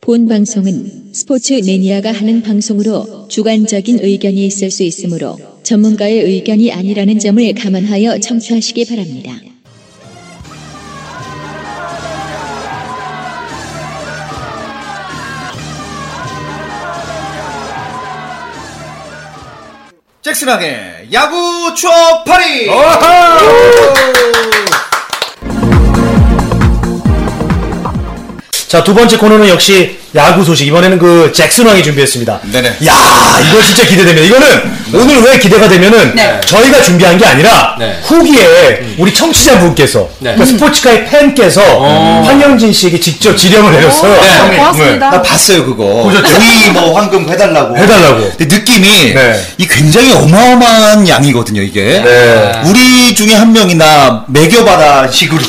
본 방송은 스포츠 매니아가 하는 방송으로 주관적인 의견이 있을 수 있으므로 전문가의 의견이 아니라는 점을 감안하여 청취하시기 바랍니다. 잭슨하게 야구 추억 파리! 어? 자, 두 번째 코너는 역시 야구 소식. 이번에는 그 잭슨 왕이 준비했습니다. 네네. 야, 이거 진짜 기대됩니다. 이거는 오늘 왜 기대가 되면은 네. 저희가 준비한 게 아니라 네. 후기에 우리 청취자분께서 네. 그러니까 스포츠카의 팬께서 황영진 씨에게 직접 지령을 내렸어요. 네. 고맙습니다. 나 봤어요 그거. 우리 뭐 황금 해달라고. 해달라고. 근데 느낌이 네. 이 굉장히 어마어마한 양이거든요 이게. 네. 우리 중에 한 명이나 매겨봐라 식으로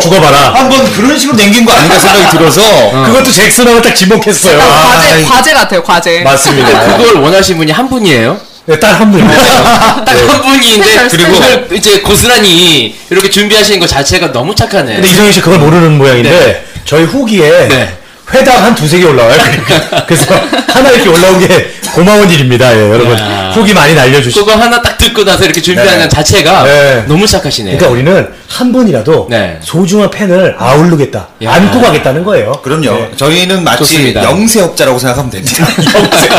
죽어봐라. 한번 그런 식으로 냉긴 거 아닌가 생각이 들어서 그것도 잭슨 왕을 딱 지목했어요. 과제, 아이, 과제 같아요, 과제. 맞습니다. 그걸 원하신 분이 한 분이에요. 네, 딸한 분. 딱 한 분인데 스페셜, 그리고 스페셜. 그걸 이제 고스란히 이렇게 준비하시는 것 자체가 너무 착하네. 근데 이성희 씨 그걸 모르는 모양인데 네. 저희 후기에 네. 회당 한 두세 개 올라와요. 그래서 하나 이렇게 올라온 게 고마운 일입니다. 예, 여러분 야. 후기 많이 날려주시고 그거 하나 딱 듣고 나서 이렇게 준비하는 네. 자체가 네. 너무 착하시네. 그러니까 우리는 한 분이라도 네. 소중한 팬을 아우르겠다, 야. 안고 가겠다는 거예요. 그럼요. 저희는 마치 네. 좋습니다. 영세업자라고 생각하면 됩니다.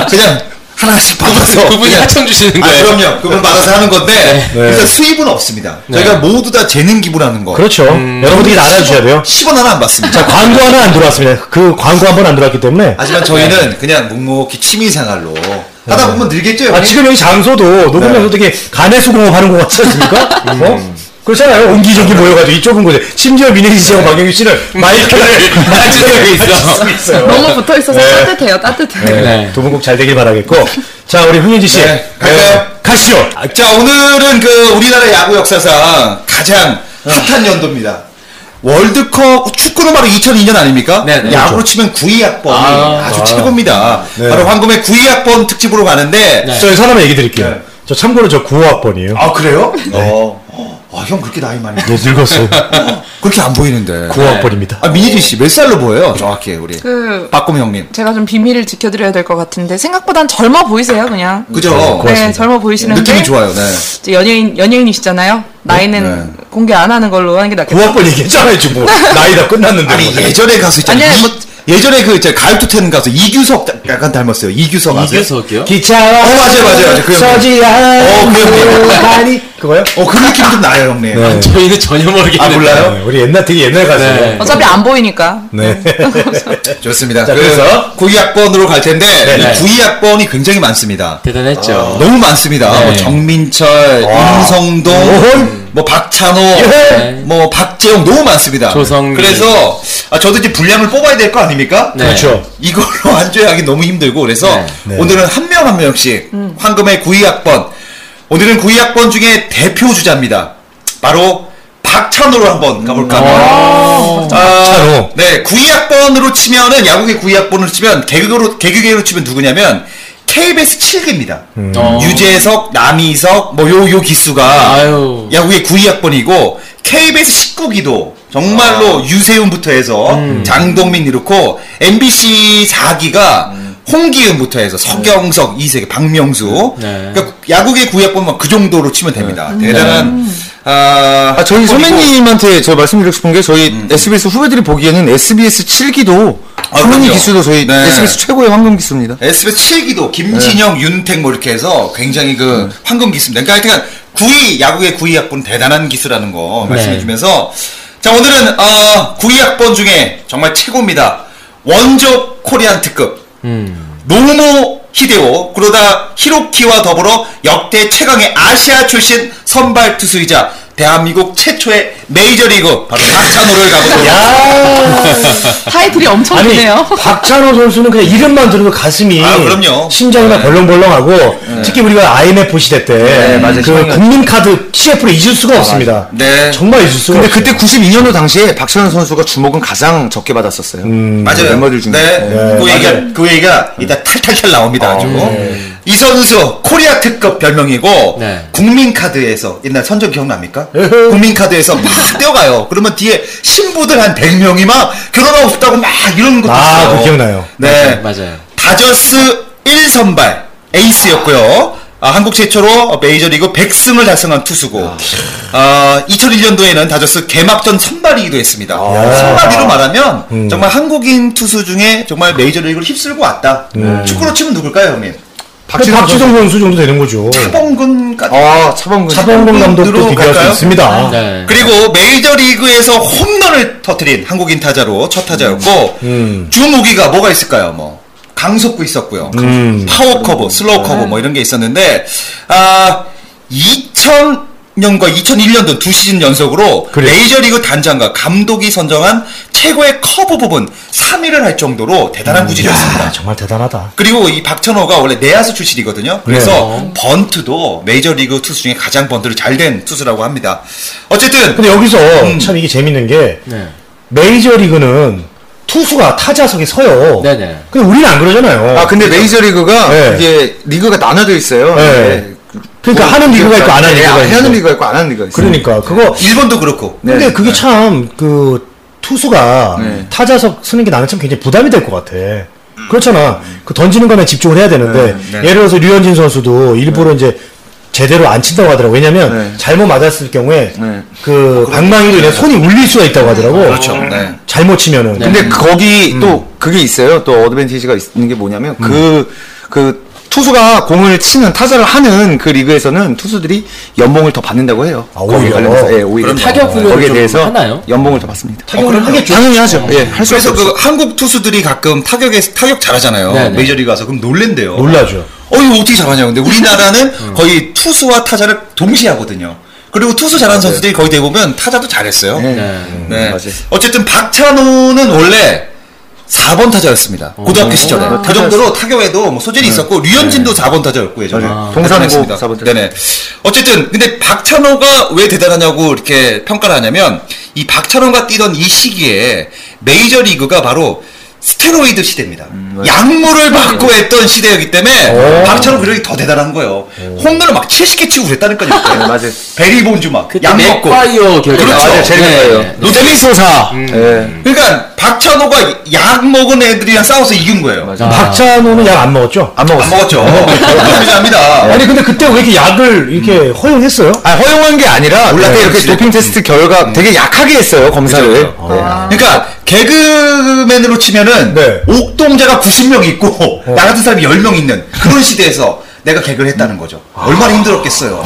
그냥 하나씩 받아서 그분이 그냥 하청 주시는 아, 거예요. 그럼요. 그분 받아서 하는 건데 네. 일단 수입은 없습니다. 네. 저희가 모두 다 재능 기부라는 거. 렇죠 그렇죠. 음. 여러분들이 나눠주셔야 돼요. 10원 하나 안 받습니다. 자 광고 하나 안 들어왔습니다. 그 광고 한 번 안 들어왔기 때문에 아, 하지만 네. 저희는 그냥 묵묵히 취미 생활로 하다 보면 늘겠죠. 아, 형님? 지금 여기 장소도 녹음 네. 장소 되게 간해수 공업하는 것 같지 않습니까? 음. 어? 그렇잖아요. 옹기종기 모여가지고 이쪽은 곳에 심지어 민혜지 씨하고 네. 박영희 씨는 마이크를 마이크를 있어. 있어요. 너무 붙어 있어서 네. 따뜻해요, 따뜻해요. 네. 두분 꼭 잘 되길 바라겠고 자 우리 흥현지 씨 네, 갈까요? 가시죠. 아, 자 오늘은 그 우리나라 야구 역사상 가장 어. 핫한 연도입니다. 월드컵 축구로 바로 2002년 아닙니까? 네, 네. 야구로 치면 구이학번이 아. 아, 주 최고입니다. 그렇죠. 네. 바로 황금의 구이학번 특집으로 가는데 저 사람의 얘기 드릴게요. 네. 저 참고로 저 9호학번이에요. 아 그래요? 어, 어, 아, 형 그렇게 나이 많이 네 늙었어요. 그렇게 안 보이는데. 9호학번입니다. 아 민희진 씨 몇 살로 보여요? 정확히 우리 그- 박곰 형님. 제가 좀 비밀을 지켜드려야 될 것 같은데 생각보단 젊어 보이세요, 그냥. 그죠? 네, 젊어 보이시는데 느낌이 좋아요. 네. 이제 연예인 연예인이시잖아요. 나이는 공개 안 하는 걸로 하는 게 낫겠다. 9호학번 얘기했잖아요 지금 뭐. 나이 다 끝났는데 아니 뭐. 예전에 가수 있잖아요. 아니야, 이- 뭐- 예전에 그 이제 가요투 태는 가수 이규석 약간 닮았어요. 이규석 아세요? 이규석이요? 예. 기차와 어, 맞아요, 맞아요, 맞아요. 그 형님. 서지 어, 그 형님. 않으니 그거요? 어, 그 느낌 좀 나요, 형님. 네. 아, 저희는 전혀 모르겠는데. 아, 몰라요? 네, 우리 옛날 되게 옛날 가수예요. 네. 어차피 안 보이니까. 네. 좋습니다. 자, 그 그래서? 92학번으로 갈 텐데, 네. 92학번이 굉장히 많습니다. 대단했죠. 너무 많습니다. 네. 뭐 정민철, 임성동, 오홀. 뭐 박찬호, 예. 뭐 박재용 너무 많습니다. 조성민. 그래서 아, 저도 이제 분량을 뽑아야 될 거 아닙니까? 네. 그렇죠. 어, 이걸로 안주하기 너무 힘들고 그래서 네. 네. 오늘은 한 명 한 명씩 황금의 92학번 오늘은 92학번 중에 대표 주자입니다. 바로 박찬호로 한번 가볼까 어. 합니다. 박찬호. 네, 92학번으로 치면은 야구계 92학번으로 치면 개그로 개그계로 치면 누구냐면 KBS 7기입니다. 음. 어. 음. 유재석, 남희석 뭐 요 요 기수가 아유. 야구계 92학번이고 KBS 19기도 정말로 아. 유세윤부터 해서 음. 장동민 이렇고 MBC 4기가 홍기훈부터 해서 서경석, 이세계, 박명수 네. 그러니까 야구계 92학번만 그 정도로 치면 됩니다. 대단한 음. 아, 아, 저희 학번이고. 선배님한테 저 말씀드리고 싶은 게 저희 SBS 후배들이 보기에는 SBS 7기도 음. 아, 황금 그럼요. 기수도 저희 네. SBS 최고의 황금 기수입니다. SBS 7기도 김진영, 네. 윤택 뭐 이렇게 해서 굉장히 그 음. 황금 기수입니다. 그러니까 하여튼 9위 야구의 9위 학번 대단한 기수라는 거 네. 말씀해 주면서 자 오늘은 어, 9위 학번 중에 정말 최고입니다. 원조 코리안 특급 음. 노모 히데오 그러다 히로키와 더불어 역대 최강의 아시아 출신 선발 투수이자 대한민국 최초의 메이저리그 바로 박찬호를 가보도록 타이틀이 엄청 아니 기네요. 박찬호 선수는 그냥 이름만 들으면 가슴이 아, 그럼요. 심장이 막 벌렁벌렁하고 특히 우리가 IMF 시대 때 네, 맞아요. 그 국민카드 CF를 잊을 수가 없습니다. 네. 정말 잊을 수가 근데 없어요. 그때 92년도 당시에 박찬호 선수가 주목은 가장 적게 받았었어요. 맞아요. 멤버들 중에. 네. 네, 그 얘기가, 그 얘기가 이따 탈탈탈 나옵니다. 아주. 이 선수 코리아 특급 별명이고 네. 국민카드에서 옛날 선전 기억납니까? 국민카드에서 막 뛰어가요. 그러면 뒤에 신부들 한 100명이 막 결혼하고 싶다고 막 이런 것도 아, 있어요. 그거 기억나요. 네. 맞아요. 다저스 1선발 에이스였고요. 아, 한국 최초로 메이저리그 100승을 달성한 투수고 아, 2001년도에는 다저스 개막전 선발이기도 했습니다. 한마디로 말하면 정말 한국인 투수 중에 정말 메이저리그를 휩쓸고 왔다. 축구로 치면 누굴까요, 형님? 박지성, 박지성 선수 정도 되는 거죠. 차범근까지 아, 차범근. 차범근 감독도 차범근으로 비교할 수 갈까요? 있습니다. 네. 그리고 메이저리그에서 홈런을 터트린 한국인 타자로 첫 타자였고 주무기가 뭐가 있을까요? 뭐 강속구 있었고요. 파워 커브, 슬로우 커브 뭐 이런 게 있었는데 아 2000년과 2001년도 두 시즌 연속으로 그래요. 메이저리그 단장과 감독이 선정한 최고의 커브 부분 3위를 할 정도로 대단한 구질이었습니다. 아, 정말 대단하다. 그리고 이 박찬호가 원래 내야수 출신이거든요. 그래서 번트도 메이저리그 투수 중에 가장 번트를 잘 된 투수라고 합니다. 어쨌든 근데 여기서 음. 참 이게 재밌는 게 네. 메이저리그는 투수가 타자석에 서요. 네네. 근데 우리는 안 그러잖아요. 아, 근데 메이저리그가 네. 이게 리그가 나눠져 있어요. 뭐 네. 그러니까 뭐 하는 리그가 있고 안 하는 아, 네, 리그가 있고. 하는 리그가 있고 안 하는 리그가 있어요. 그러니까 그거 일본도 그렇고 네. 근데 그게 참 그 투수가 네. 타자석 쓰는 게 나는 참 굉장히 부담이 될 것 같아. 그렇잖아. 그 던지는 거에 집중을 해야 되는데 네. 예를 들어서 류현진 선수도 일부러 이제 제대로 안 친다고 하더라고. 왜냐면 네. 잘못 맞았을 경우에 네. 아, 그 방망이로 인해 손이 울릴 수가 있다고 하더라고. 그렇죠. 네. 잘못 치면은. 근데 거기 또 그게 있어요. 또 어드밴티지가 있는 게 뭐냐면 음. 그, 그 투수가 공을 치는 타자를 하는 그 리그에서는 투수들이 연봉을 더 받는다고 해요. 아, 거기에 오히려. 관련해서 예, 오히려 그럼 어, 타격 훈련을 거기에 좀 대해서 하나요? 연봉을 더 받습니다. 타격을 하겠죠. 당연히 하죠. 예, 할 수 그래서 그 없죠. 한국 투수들이 가끔 타격에 타격 잘하잖아요. 네, 네. 메이저리그 가서 그럼 놀랜대요. 놀라죠. 음. 어 이거 어떻게 잘하냐 근데 우리나라는 거의 투수와 타자를 동시에 하거든요. 그리고 투수 잘하는 선수들이 거의 대부분 타자도 잘했어요. 네. 네. 네. 맞아요. 어쨌든 박찬호는 원래 4번 타자였습니다. 어. 고등학교 시절에. 그 정도로 타격에도 뭐 소질이 있었고 류현진도 4번 타자였고 예전에. 네. 맞아요. 동산고 대단했습니다. 4번 타자. 네네. 어쨌든 근데 박찬호가 왜 대단하냐고 이렇게 평가를 하냐면 이 박찬호가 뛰던 이 시기에 메이저 리그가 바로 스테로이드 시대입니다. 음, 약물을 네. 받고 했던 시대였기 때문에 박찬호 그력이 더 대단한 거예요. 홈런을 막 70개 치고 그랬다니까요. 그때. 네, 맞아요. 베리 본즈 막. 네. 그때 약 먹고. 맥과이어 결정. 그렇죠. 맞아요. 제일 좋아요. 네. 노대미소사. 예. 그러니까 박찬호가 약 먹은 애들이랑 싸워서 이긴 거예요. 맞아요. 아. 박찬호는 약 안 먹었죠. 안 안 먹었어요. 먹었죠. 감사합니다. 아니 근데 그때 왜 이렇게 약을 이렇게 허용했어요? 아, 허용한 게 아니라 몰랐어요, 그때 이렇게 확실히. 도핑 테스트 결과 되게 약하게 했어요 검사를. 그죠, 네. 그러니까 개그맨으로 치면은 네. 옥동자가 90명 있고 나 같은 사람이 10명 있는 그런 시대에서 내가 개그를 했다는 거죠. 얼마나 힘들었겠어요.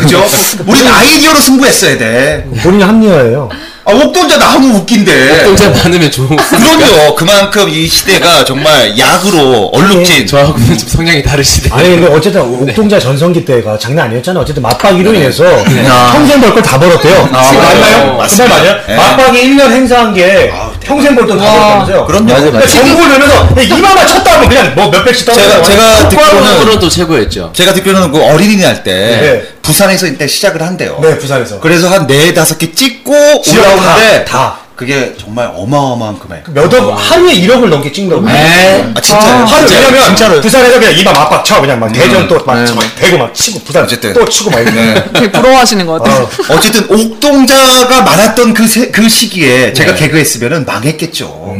그죠? 우린 아이디어로 승부했어야 돼. 본인이 합리화예요. 아, 옥동자 너무 웃긴데. 동작 많으면 좋은. 그럼요. 그만큼 이 시대가 정말 약으로 얼룩진 어, 저하고는 좀 성향이 다르시대. 아니 네. 근데 어쨌든 옥동자 전성기 때가 장난 아니었잖아. 어쨌든 맞박이로 인해서 네. 평생 벌 걸 다 벌었대요. 네. 아, 지금 맞아요. 맞나요? 맞습니다. 맞아요. 예. 맞박이 1년 행사한 게 평생 벌 돈 다 벌었다면서요. 그럼요. 그러니까 정부를 내면서 그냥 이마만 쳤다 하면 그냥 뭐 몇백씩 따고 제가- 제가 듣기로는 로 또 최고였죠. 제가 듣기로는 그 어린이날 때 네. 부산에서 일단 시작을 한대요. 네, 부산에서. 그래서 한 네 다섯 개 찍고 지역 올라오는데 다, 다. 그게 정말 어마어마한 금액. 몇억 하루에 1억을 넘게 찍는다고. 네? 에? 아 진짜요? 하루 진짜요? 왜냐면 진짜로요? 음. 네. 부산에서 그냥 이마 맞박 쳐 그냥 막 대전 또막 대구 막 치고 부산 어쨌든. 또 치고 막 이러네. 네. 되게 부러워하시는 것 같아요. 어쨌든 옥동자가 많았던 그, 세- 그 시기에 제가 네. 개그했으면 망했겠죠.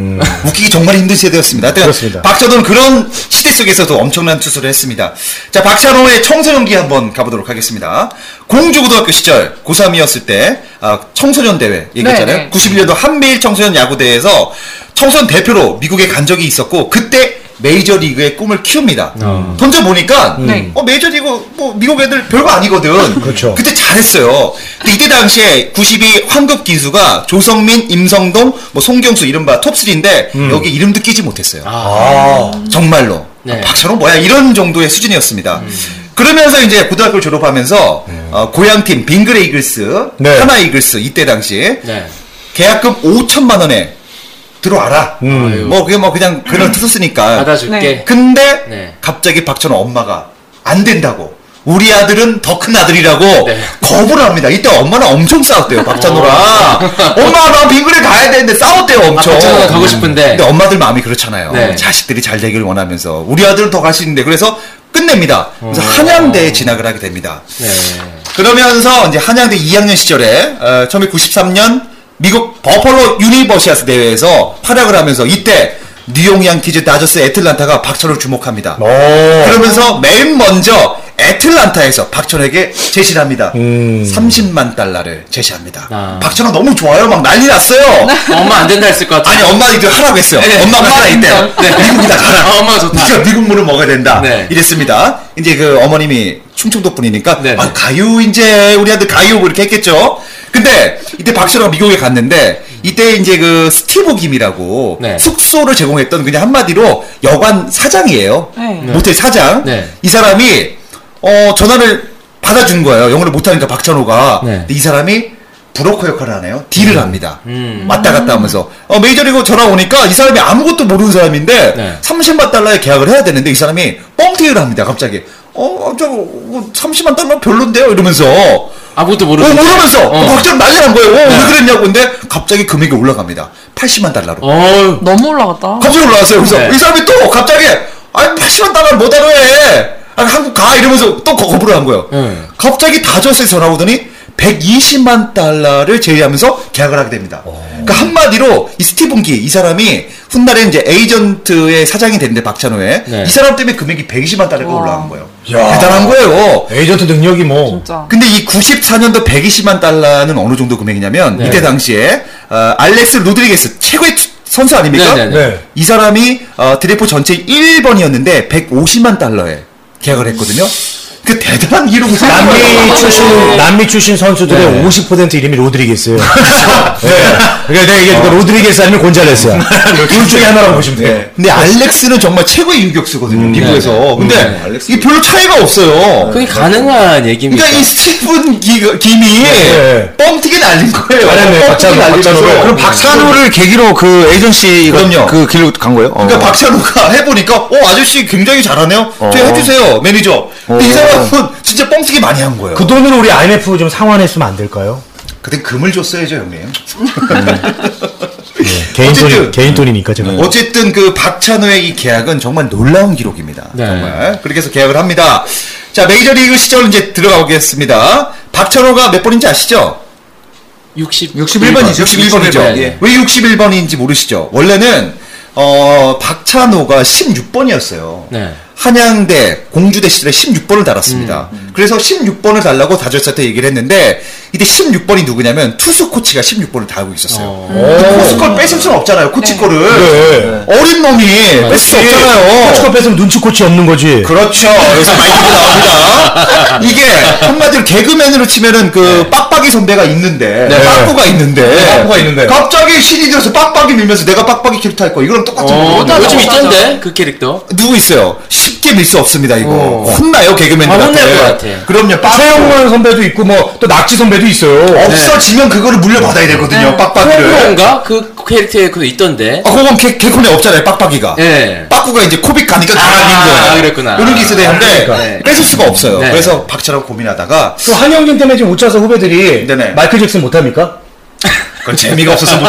웃기기 정말 힘든 시대였습니다. 하여튼 음. 그렇습니다. 박찬호는 그런 시대 속에서도 엄청난 투수를 했습니다. 자, 박찬호의 청소년기 한번 가보도록 하겠습니다. 공주고등학교 시절 고3이었을 때 아, 청소년 대회 얘기했잖아요. 네, 네. 91년도 한미일 청소년 야구대회에서 청소년 대표로 미국에 간 적이 있었고 그때 메이저리그의 꿈을 키웁니다. 어. 던져보니까 네. 어, 메이저리그 뭐 미국 애들 별거 아니거든. 그렇죠. 그때 잘했어요. 근데 이때 당시에 92 환급 기수가 조성민, 임성동, 뭐 송경수 이른바 톱3인데 여기 이름도 끼지 못했어요. 음. 아. 정말로. 네. 음. 아, 박찬호 뭐야 이런 정도의 수준이었습니다. 그러면서 이제 고등학교를 졸업하면서 어, 고향팀 빙그레 이글스, 네. 하나 이글스 이때 당시에 네. 계약금 5천만 원에 들어와라. 아유. 음. 뭐 그게 뭐 그냥 그런 투수니까 음. 받아줄게. 네. 근데 예. 네. 갑자기 박찬호 엄마가 안 된다고 우리 아들은 더 큰 아들이라고 네. 거부를 합니다. 이때 엄마랑 엄청 싸웠대요. 박찬호랑 엄마 나 빙그레 가야 되는데 싸웠대요. 엄청. 어. 음. 아, 박찬호가 가고 싶은데. 근데 엄마들 마음이 그렇잖아요. 네. 자식들이 잘 되길 원하면서 우리 아들은 더 갈 수 있는데 그래서 끝냅니다. 그래서 음. 한양대에 진학을 하게 됩니다. 네. 그러면서 이제 한양대 2학년 시절에 어, 1993년 미국 버펄로 유니버시아스 대회에서 활약을 하면서 이때 뉴욕 양키즈 다저스 애틀란타가 박철을 주목합니다. 그러면서 맨 먼저 애틀란타에서 박철에게 제시를 합니다. 30만 달러를 제시합니다. 아. 박철은 너무 좋아요. 막 난리 났어요. 엄마 안 된다 했을 것 같아. 아니 엄마 이거 하라고 했어요. 네, 네. 엄마가 하라 이때 네. 미국이다 가라. 어, 엄마가 좋다. 네가 미국 물을 먹어야 된다. 네. 이랬습니다. 이제 그 어머님이 충청도 분이니까 네. 아, 가유 이제 우리 아들 가유 뭐 이렇게 했겠죠. 근데 이때 박철호가 미국에 갔는데 이때 이제 그 스티브 김이라고 네. 숙소를 제공했던 그냥 한마디로 여관 사장이에요. 네. 모텔 사장. 네. 이 사람이 어 전화를 받아준 거예요. 영어를 못하니까 박찬호가. 네. 근데 이 사람이 브로커 역할을 하네요. 딜을 합니다. 음. 왔다 갔다 하면서 어, 메이저리그 전화 오니까 이 사람이 아무것도 모르는 사람인데 네. 30만 달러에 계약을 해야 되는데 이 사람이 뻥튀기를 합니다. 갑자기 어, 저 어, 30만 달러 별론데요 이러면서 아무것도 어, 모르는데. 모르면서 어. 박자 난리 난 거예요. 어, 왜 그랬냐고 근데 갑자기 금액이 올라갑니다. 80만 달러로. 어우. 너무 올라갔다. 갑자기 올라왔어요. 그래서 네. 이 사람이 또 갑자기 아니 80만 달러 못 알아 해. 아, 한국 가 이러면서 또 거- 거부를 한 거예요. 네. 갑자기 다저스에 전화 오더니 120만 달러를 제의하면서 계약을 하게 됩니다. 그러니까 한마디로 이 스티븐 기 이 사람이 훗날에 이제 에이전트의 사장이 됐는데 박찬호의 네. 이 사람 때문에 금액이 120만 달러가 와. 올라간 거예요. 야. 대단한 거예요. 에이전트 능력이 뭐 진짜. 근데 이 94년도 120만 달러는 어느 정도 금액이냐면 네. 이때 당시에 어, 알렉스 로드리게스 최고의 투- 선수 아닙니까? 네, 네, 네. 네. 이 사람이 어, 드래프트 전체 1번이었는데 150만 달러에 계약을 했거든요. 그 대단한 기록을 네. 남미 출신 남미 출신 선수들의 네. 50% 이름이 로드리게스예요. 네. 그러니까 내가 이게 로드리게스 아니면 곤잘레스야. 둘 중에 하나라고 보시면 돼요. 네. 근데 알렉스는 정말 최고의 유격수거든요 음, 미국에서. 근데 네. 알렉스. 이게 별로 차이가 없어요. 네. 그게 가능한 얘기입니까? 그러니까 이 스티븐 기, 김이 네. 뻥튀기 날린 거예요. 맞아요. 네, 박찬호, 박찬호를. 네. 그럼 그럼 박, 박찬호를 계기로 그 그럼요. 에이전시가 그 길로 간 거예요? 어. 그러니까 박찬호가 해보니까 어 아저씨 굉장히 잘하네요. 저 해주세요 매니저. 근데 이 어. 사람은 진짜 뻥튀기 많이 한 거예요. 그 돈으로 우리 IMF 좀 상환했으면 안 될까요? 그때 금을 줬어야죠 형님. 개인 어쨌든. 돈이 개인 돈이니까 제가. 어쨌든 그 박찬호의 이 계약은 정말 놀라운 기록입니다. 네. 정말 그렇게 해서 계약을 합니다. 자 메이저리그 시절 이제 들어가겠습니다. 박찬호가 몇 번인지 아시죠? 60, 61번이죠. 61번이죠. 네. 예. 예. 왜 61번인지 모르시죠? 원래는 어 박찬호가 16번이었어요. 네. 한양대 공주대 시절에 16번을 달았습니다. 음, 그래서 16번을 달라고 다저스한테 얘기를 했는데 이때 16번이 누구냐면 투수 코치가 16번을 달고 있었어요. 어. 그 코스 걸 뺏을 수는 없잖아요. 코치 거를 네. 어린 놈이 뺏을 수 없잖아요. 코치가 뺏으면 눈치 코치 없는 거지. 그렇죠. 여기서 마이크가 나옵니다. 이게 한마디로 개그맨으로 치면은 그 네. 빡빡이 선배가 있는데 빠꾸가 있는데 빠꾸가 네. 있는데. 갑자기 신이 들어서 빡빡이 밀면서 내가 빡빡이 캐릭터 할 거야. 이거랑 똑같은 어, 거거든요. 맞아, 요즘 맞아. 있던데? 그 캐릭터. 누구 있어요? 쉽게 밀 수 없습니다 이거. 어. 혼나요 개그맨들한테. 아, 혼날 것 같아. 그럼요. 빡 최영만 선배도 있고 뭐 또 낙지 선배도 있어요. 없어지면 그거를 물려받아야 되거든요. 빡빡이를. 네. 그런가? 그 캐릭터에 그 있던데. 아, 그건 개, 개콘에 없잖아요. 빡빡이가. 예. 빠꾸가 이제 코빅 가니까 아, 가라앉는 거예요. 그랬구나. 이런 게 있어야 되는데 그러니까. 뺏을 수가 없어요. 네. 그래서 박철하고 고민하다가 또그 한영진 때문에 지금 우차서 후배들이 네네. 마이클 잭슨 못합니까? 그건 재미가 없어서 못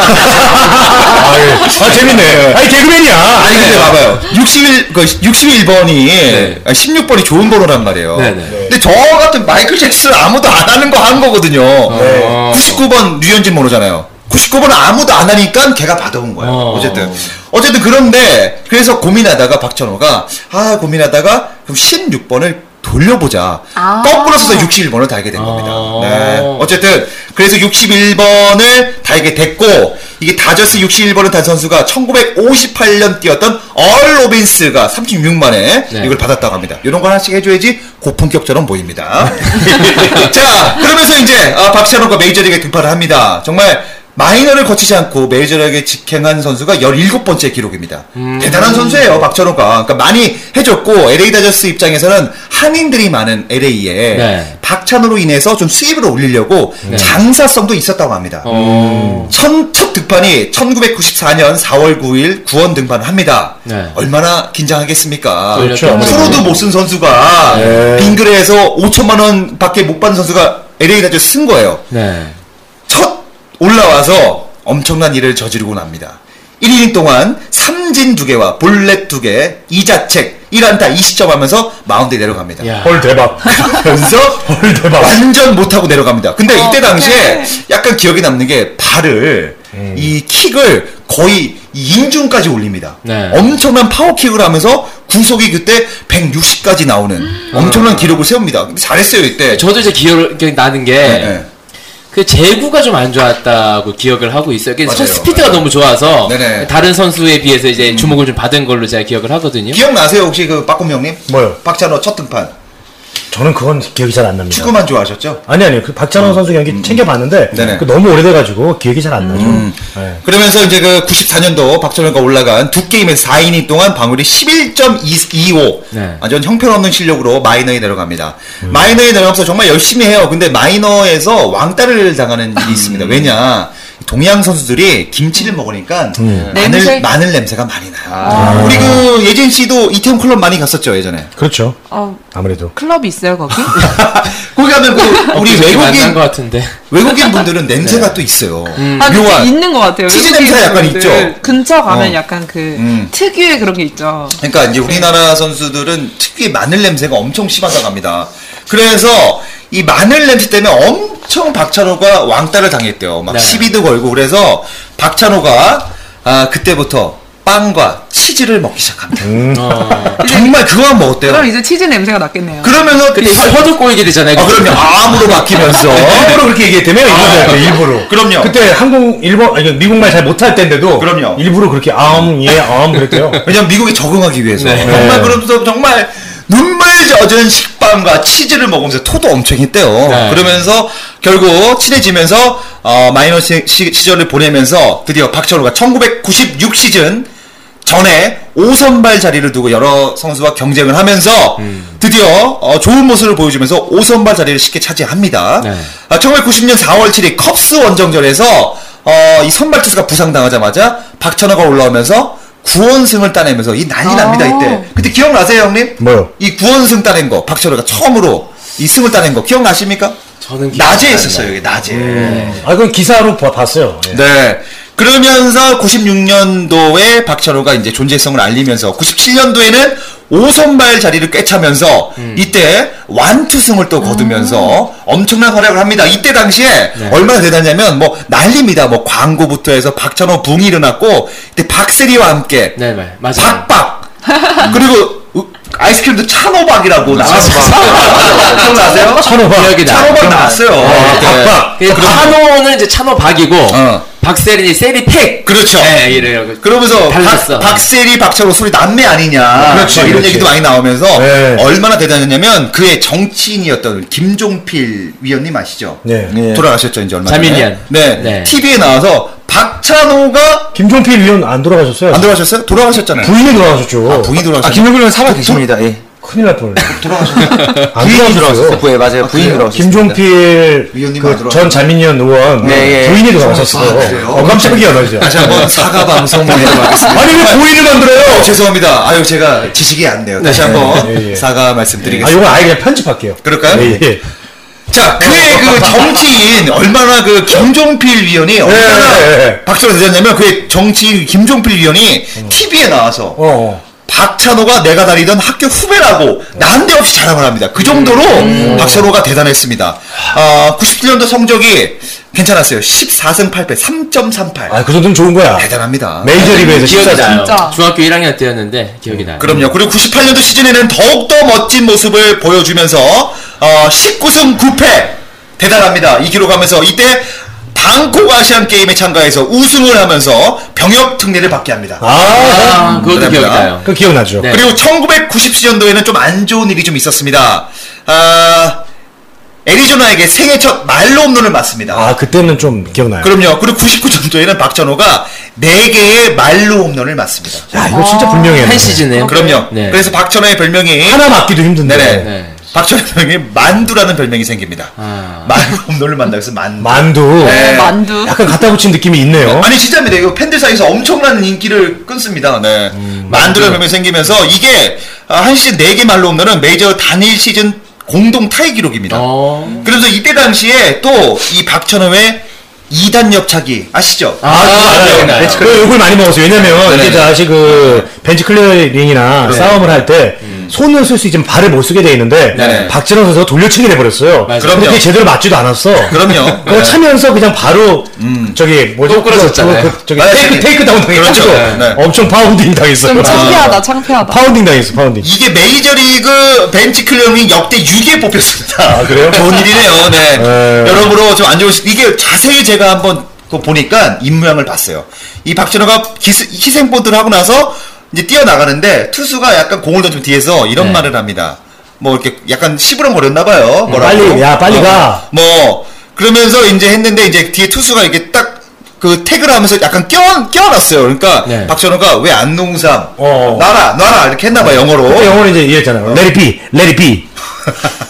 아, 예. 아 재밌네. 아니 개그맨이야. 아니 근데 봐봐요. 61, 그 61번이 아, 네. 16번이 좋은 번호란 말이에요. 네, 네. 근데 저 같은 마이클 잭슨 아무도 안 하는 거 한 거거든요. 네. 네. 아. 99번 류현진 번호잖아요. 99번은 아무도 안 하니까 걔가 받아온 거야. 어. 어. 쨌든 어쨌든 그런데 그래서 고민하다가 박찬호가 아 고민하다가 그럼 16번을 돌려보자. 아. 거꾸로 써서 61번을 달게 된 겁니다. 아. 네. 어쨌든 그래서 61번을 달게 됐고 이게 다저스 61번을 단 선수가 1958년 뛰었던 얼 로빈스가 36만에 네. 이걸 받았다고 합니다. 이런 거 하나씩 해줘야지 고품격처럼 어, 보입니다. 자 그러면서 이제 아, 박찬호가 메이저리그에 등판을 합니다. 정말 마이너를 거치지 않고 메이저리그에 직행한 선수가 17번째 기록입니다. 음. 대단한 선수예요, 박철호가. 그러니까 많이 해줬고 LA 다저스 입장에서는 한인들이 많은 LA에 네. 박찬호로 인해서 좀 수입을 올리려고 장사성도 있었다고 합니다. 어. 첫, 첫 등판이 1994년 4월 9일 구원 등판을 합니다. 네. 얼마나 긴장하겠습니까? 그렇죠. 네. 프로도 못 쓴 선수가 빙그레에서 5천만 원밖에 못 받은 선수가 LA 다저스 쓴 거예요. 네. 첫 올라와서 엄청난 일을 저지르고 납니다. 1이닝 동안 삼진 2개와 볼넷 2개, 이자책, 1안타 2시점 하면서 마운드에 내려갑니다. 야. 헐 대박. 그래서 헐 대박. 완전 못하고 내려갑니다. 근데 어, 이때 당시에 어떡해. 약간 기억에 남는 게 발을 음. 이 킥을 거의 인중까지 올립니다. 네. 엄청난 파워킥을 하면서 구속이 그때 160까지 나오는 음. 엄청난 기록을 세웁니다. 근데 잘했어요 이때. 저도 이제 기억이 나는 게 네, 네. 그 제구가 좀 안 좋았다고 기억을 하고 있어요. 그 맞아요. 스피드가 너무 좋아서 네네. 음. 다른 선수에 비해서 이제 주목을 좀 받은 걸로 제가 기억을 하거든요. 기억나세요 혹시 그 빠꼼 형님? 뭐요? 박찬호 첫 등판 저는 그건 기억이 잘 안 납니다. 축구만 좋아하셨죠? 아니 아니 그 박찬호 선수 경기 챙겨봤는데 네네. 그 너무 오래돼가지고 기억이 잘 안 나죠. 네. 그러면서 이제 그 94년도 박철현과 올라간 두 게임에서 4이닝 동안 방울이 11.25. 네. 아, 완전 형편없는 실력으로 마이너에 내려갑니다. 마이너에 내려가서 정말 열심히 해요. 근데 마이너에서 왕따를 당하는 일이 있습니다. 음. 왜냐? 동양 선수들이 김치를 먹으니까 음. 마늘, 냄새? 아. 마늘 냄새가 많이 나요. 우리 그 예진 씨도 이태원 클럽 많이 갔었죠, 예전에. 그렇죠. 어, 아무래도 클럽이 있어요 거기? 음, 거기 가면 그 우리 그렇게 만난 네. 외국인, 것 같은데. 외국인 분들은 냄새가 또 있어요. 아, 근데 묘한. 있는 것 같아요. 치즈 외국인 냄새가 약간 분들. 있죠? 근처 가면 어. 약간 그 음. 특유의 그런 게 있죠. 그러니까 이제 우리나라 선수들은 특유의 마늘 냄새가 엄청 심하다고 합니다. 그래서 이 마늘 냄새 때문에 엄청 박찬호가 왕따를 당했대요. 막 네. 시비도 걸고 그래서 박찬호가 아, 그때부터 빵과 치즈를 먹기 시작합니다. 음. 어. 정말 그거만 그럼 먹었대요. 이제 치즈 냄새가 났겠네요. 그러면서 근데 이게 허도 꼬이게 되잖아요. 아, 그럼요. 암으로 바뀌면서 아, 네. 일부러 그렇게 얘기했다며 일부러 때 일부러. 그럼요. 아, 네. 그때 한국 일본 아니 미국말 잘 못할 때인데도 그럼요. 일부러 그렇게 아음 예아음 그랬대요. 왜냐면 미국에 적응하기 위해서 네. 정말 그러면서 정말 눈물 젖은 식빵과 치즈를 먹으면서 토도 엄청 했대요. 네. 그러면서 결국 친해지면서 어, 마이너 시, 시, 시절을 보내면서 드디어 박철호가 1996 시즌 전에 5선발 자리를 두고 여러 선수와 경쟁을 하면서 음. 드디어 어, 좋은 모습을 보여주면서 5선발 자리를 쉽게 차지합니다. 네. 아, 1990년 4월 7일 컵스 원정전에서 어, 이 선발 투수가 부상당하자마자 박찬호가 올라오면서 구원승을 따내면서 이 난리 납니다 이때. 그때 기억나세요 형님? 뭐요? 이 구원승 따낸 거 박철호가 처음으로 이 승을 따낸 거 기억나십니까? 저는 기억이 낮에 안 네. 했었어요 이게 낮에. 아 그건 기사로 봐- 봤어요. 예. 네. 그러면서 96년도에 박찬호가 이제 존재성을 알리면서 97년도에는 5선발 자리를 꿰차면서 음. 이때 완투승을 또 거두면서 엄청난 활약을 합니다. 이때 당시에 네. 얼마나 대단하냐면 뭐 난리입니다. 뭐 광고부터 해서 박찬호 붕이 일어났고 이때 박세리와 함께 네, 네, 맞아요. 박박 그리고 으- 아이스크림도 찬호박이라고 나왔어요. 기억나세요? 찬호박. 아, 기억이 나. 찬호박 나왔어요. 네. 박박. 아, 그 찬호는 이제 찬호박이고 어. 박세린이 세리팩. 그렇죠. 네, 이래요. 그러면서 달랐어. 박, 박세리 박철호 소리 남매 아니냐 그렇지, 막 이런 그렇지. 얘기도 많이 나오면서 네. 얼마나 대단했냐면 그의 정치인이었던 김종필 위원님 아시죠? 네. 네. 돌아가셨죠 이제 얼마 전에. 자민련. 네. 네. TV에 나와서 박찬호가 김종필 위원 안 돌아가셨어요. 안 돌아가셨어요? 돌아가셨잖아요. 부인이 돌아가셨죠. 아, 부인이 아, 돌아가셨죠. 김종필 의원 살아 계십니다. 예. 큰일 날 뻔했네. 돌아가셨어요. 안 부인이 돌아가셨어요. 예, 맞아요. 부인이 돌아가셨어요. 김종필 위원님 안 그 돌아가셨어요? 전 자민위원 의원 네, 예. 부인이 아, 그래요? 돌아가셨어요. 어, 깜짝이야 나 이제. 다시 한번 사과 네. 방송을 해보겠습니다. 아니 왜 부인을 만들어요? 어, 죄송합니다. 아유 제가 지식이 안 돼요. 다시 한번 예, 예. 사과 아 말씀드리겠습니다. 이건 아예 그냥 편집할게요. 그럴까요? 예, 예. 자, 그의 그 정치인 얼마나 그 김종필 위원이 얼마나 예, 예, 예. 박수를 드렸냐면 그의 정치인 김종필 위원이 TV에 나와서 어, 어. 박찬호가 내가 다니던 학교 후배라고 난데없이 자랑을 합니다. 그 정도로 음. 박찬호가 대단했습니다. 아, 97년도 성적이 괜찮았어요. 14승 8패, 3.38. 아그 정도면 좋은 거야. 네, 대단합니다. 메이저리그에서 기억이 14승. 나요. 진짜. 중학교 1학년 때였는데 기억이 나요. 그럼요. 그리고 98년도 시즌에는 더욱더 멋진 모습을 보여주면서 어, 19승 9패 대단합니다. 이 기록하면서 이때 방콕 아시안 게임에 참가해서 우승을 하면서 병역 특례를 받게 합니다. 아, 아, 그것도 기억이 나요. 그 기억나죠. 네. 그리고 1990시즌도에는 좀 안 좋은 일이 좀 있었습니다. 아, 애리조나에게 생애 첫 말로 홈런을 맞습니다. 아, 네. 그때는 좀 기억나요. 그럼요. 그리고 99점조에는 박찬호가 4개의 말로 홈런을 맞습니다. 야, 이거 아, 진짜 분명해요. 한 시즌에요. 그럼요. 네. 그래서 박찬호의 별명이 하나 맞기도 힘든데. 네네. 네. 박찬호의 별명이 만두라는 별명이 생깁니다. 아. 말로 홈런을 만다 그래서 만두. 만두. 네. 만두. 약간 갖다 붙인 느낌이 있네요. 아니 진짜입니다. 이거 팬들 사이에서 엄청난 인기를 끊습니다. 네. 만두라는 별명이 생기면서 이게 아, 한 시즌 4개 말로 홈런은 메이저 단일 시즌 공동 타이 기록입니다. 어. 그래서 이때 당시에 또 이 박찬호의 2단 옆차기 아시죠? 네, 아, 맞아요. 기억나요. 벤치 클리어. 그 욕을 많이 먹었어요. 왜냐면, 이게 다시 그, 벤치 클리어링이나 네. 싸움을 할 때, 손을 쓸 수 있지만 발을 못 쓰게 돼 있는데, 음. 네네. 박진호 선수가 돌려치기를 해버렸어. 맞아요. 근데 그게 그럼요. 제대로 맞지도 않았어. 그럼요. 그거 네. 차면서 그냥 바로, 저기, 뭐지? 또 끌어졌잖아요. 그거, 그거, 저기, 맞아요. 테이크, 테이크 다운 당했죠. 그렇죠. 네. 엄청 파운딩 당했어요. 좀 창피하다, 아, 창피하다. 파운딩 당했어, 파운딩. 이게 메이저리그 벤치 클리어링 역대 6위에 뽑혔습니다. 아, 그래요? 좋은 일이네요. 네. 네. 여러모로 좀 안 좋을 수 이게 자세히 제가 한번 그 보니까 인모양을 봤어요. 이 박진호가 기스- 희생본드를 하고 나서 이제 뛰어나가는데 투수가 약간 공을 던지면 뒤에서 이런 네. 말을 합니다. 뭐 이렇게 약간 시부렁거렸나 봐요. 뭐라고. 음, 빨리, 야, 빨리 어, 가. 뭐 그러면서 이제 했는데 이제 뒤에 투수가 이렇게 딱 그 태그를 하면서 약간 껴 껴안았어요. 그러니까 네. 박찬호가 왜 안 농삼 어. 놔라 놔라 이렇게 했나봐 영어로. 어, 영어는 이제 이해했잖아요. Let it be, let it be.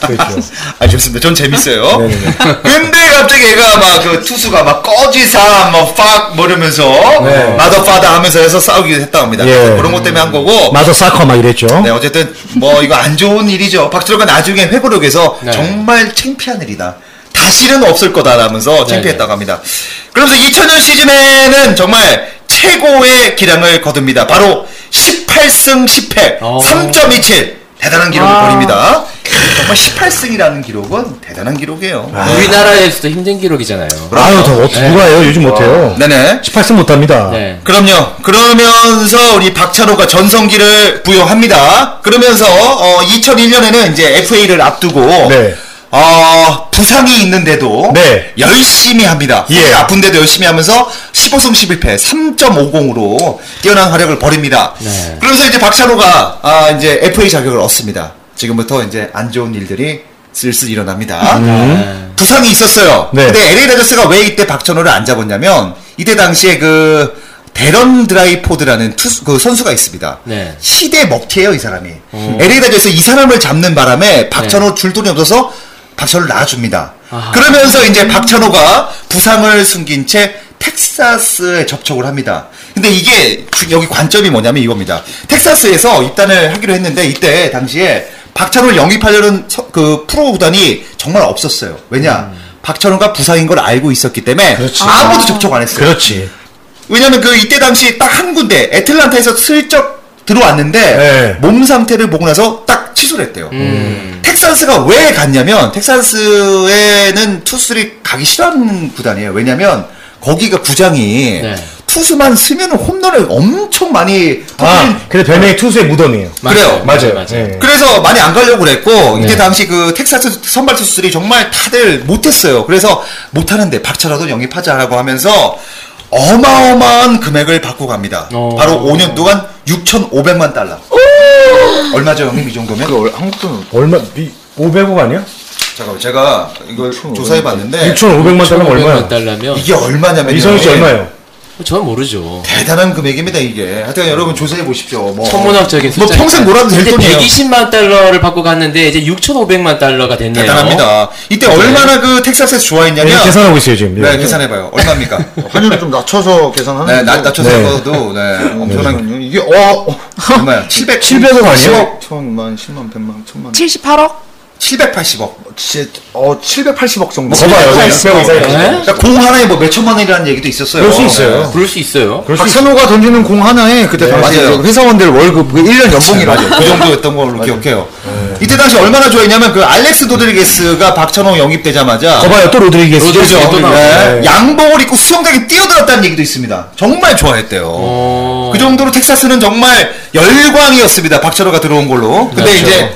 그렇죠. 아 좋습니다. 전 재밌어요. 네네네. 근데 갑자기 얘가 막 그 투수가 막 꺼지사 뭐팍 뭐 이러면서 네. 마더파다 하면서 해서 싸우기도 했다 합니다. 예. 그래서 그런 것 때문에 한 거고. 마저 사커 막 이랬죠. 어. 네 어쨌든 뭐 이거 안 좋은 일이죠. 박철호가 나중에 회고록에서 네. 정말 창피한 일이다. 다시는 없을 거다라면서 창피했다고 합니다. 그러면서 2000년 시즌에는 정말 최고의 기량을 거둡니다. 바로 18승 10패 오. 3.27 대단한 기록을 와. 벌입니다. 정말 18승이라는 기록은 대단한 기록이에요. 아. 우리나라에서도 힘든 기록이잖아요. 아유, 더 어떻게 누가 해요? 요즘 못해요. 네네. 18승 못합니다. 네. 그럼요. 그러면서 우리 박찬호가 전성기를 부여합니다. 그러면서 어, 2001년에는 이제 FA를 앞두고 네. 어, 부상이 있는데도 네. 열심히 합니다. 예. 허리가 아픈데도 열심히 하면서 15승 11패 3.50으로 뛰어난 활약을 벌입니다. 네. 그러면서 이제 박찬호가 아, 이제 FA 자격을 얻습니다. 지금부터 이제 안 좋은 일들이 슬슬 일어납니다. 음. 네. 부상이 있었어요. 네. 근데 LA 다저스가 왜 이때 박찬호를 안 잡았냐면 이때 당시에 그 대런 드라이포드라는 투수 그 선수가 있습니다. 네. 시대 먹튀예요 이 사람이. LA 다저스 이 사람을 잡는 바람에 박찬호 줄 돈이 없어서 박찬호를 놔줍니다. 네. 아하. 그러면서 이제 박찬호가 부상을 숨긴 채 텍사스에 접촉을 합니다. 근데 이게 주- 여기 관점이 뭐냐면 이겁니다. 텍사스에서 입단을 하기로 했는데 이때 당시에 박찬호를 영입하려는 서- 그 프로 구단이 정말 없었어요. 왜냐? 박찬호가 부상인 걸 알고 있었기 때문에 음. 그렇지. 아무도 접촉 안 했어요. 그렇지. 왜냐면 그 이때 당시 딱 한 군데 애틀란타에서 슬쩍 들어왔는데 네. 음. 몸 상태를 보고 나서 딱 취소를 했대요. 텍사스가 왜 갔냐면 텍사스에는 투수들이 가기 싫어하는 구단이에요. 왜냐면 거기가 구장이 네. 투수만 쓰면 홈런을 엄청 많이 터뜨리는 아, 근데 별명이 투수의 무덤이에요. 그래요. 맞아요. 맞아요. 맞아요. 네. 그래서 많이 안 가려고 그랬고 이때 네. 당시 그 텍사스 선발 투수들이 정말 다들 못했어요. 그래서 못하는데 박차라도 영입하자라고 하면서 어마어마한 금액을 받고 갑니다. 어. 바로 5년 동안 6,500만 달러. 얼마죠 형님 이 정도면? 그 한국 돈 얼마, 미, 500억 아니야? 잠깐만 제가 이걸 조사해봤는데 6,500만 네. 달러면 500만 얼마야? 달러면 어, 이게 뭐 얼마냐면 이성희 씨 얼마예요? 저는 모르죠. 대단한 금액입니다 이게. 하여튼 여러분 조사해 보십시오. 뭐 천문학적인 뭐 숫자. 평생 놀아도 될 돈이에요. 120만 달러를 받고 갔는데 이제 6,500만 달러가 됐네요. 대단합니다. 이때 얼마나 그 텍사스에서 네, 좋아했냐면 계산하고 있어요, 지금. 네, 계산해봐요. 얼마입니까? 환율을 좀 낮춰서 계산하는 네, 낮, 낮춰서 네. 해봐도, 네, 엄청난, 요 이게 어, 어 얼마야? 700, 700억 아니에요? 10억만 10만 100만 1000만 78억? 780억. 진짜 어 780억 정도 거봐요, 600억 이상이요. 네? 그러니까 공 하나에 뭐 몇천만 원이라는 얘기도 있었어요. 그럴 수 있어요. 그럴 수 있어요. 그럴 수 있어. 아, 박찬호가 던지는 공 하나에 그때 네, 당시 맞아요. 이제 회사원들 월급 그 1년 네, 연봉이라 맞아요. 그 정도였던 걸로 기억해요. 이때 당시 얼마나 좋아했냐면, 그 알렉스 도드리게스가 박찬호 영입되자마자, 거봐요, 또 로드리게스. 로드리게스 그죠? 또 나오고. 네, 네. 양복을 입고 수영장에 뛰어들었다는 얘기도 있습니다. 정말 좋아했대요. 어. 그 정도로 텍사스는 정말 열광이었습니다. 박찬호가 들어온 걸로. 근데 그렇죠. 이제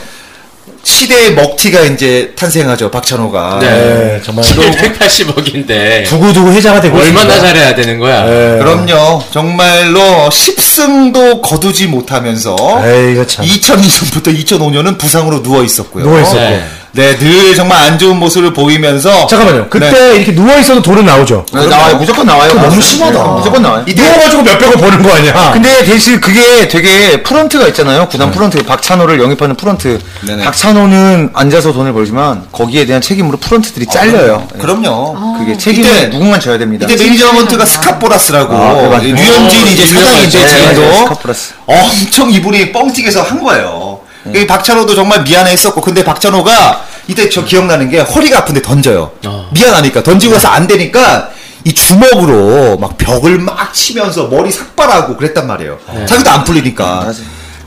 시대의 먹튀가 이제 탄생하죠. 박찬호가. 네, 정말. 780억인데 예. 두고두고 회자가 되고 얼마나 있습니다. 잘해야 되는 거야? 네. 그럼요. 정말로 10승도 거두지 못하면서 에이, 이거 참. 2002년부터 2005년은 부상으로 누워 있었고요. 누워있었고. 네. 네, 늘 정말 안 좋은 모습을 보이면서 잠깐만요. 그때 네. 이렇게 누워 있어도 돈은 나오죠. 네, 나와요. 무조건 나와요. 너무 나왔어요. 심하다. 네, 무조건 나와요. 누워가지고 몇백억 버는 거 아니야? 근데 대신 그게 되게 프런트가 있잖아요. 구단 프런트, 박찬호를 영입하는 프런트. 네네. 박찬호는 앉아서 돈을 벌지만 거기에 대한 책임으로 프런트들이 잘려요. 네. 그럼요. 그게 책임을 이때- 누군가 져야 됩니다. 이때 매니저먼트가 스카보라스라고 아, 네, 맞아요. 류현진 이제 사장 이제 네, 네, 제인도 스카보라스. 엄청 이분이 뻥튀기해서 한 거예요. 이 박찬호도 정말 미안해했었고 근데 박찬호가 이때 저 기억나는 게 허리가 아픈데 던져요. 어. 미안하니까 던지고 나서 안 되니까 이 주먹으로 막 벽을 막 치면서 머리 삭발하고 그랬단 말이에요. 자기도 안 풀리니까.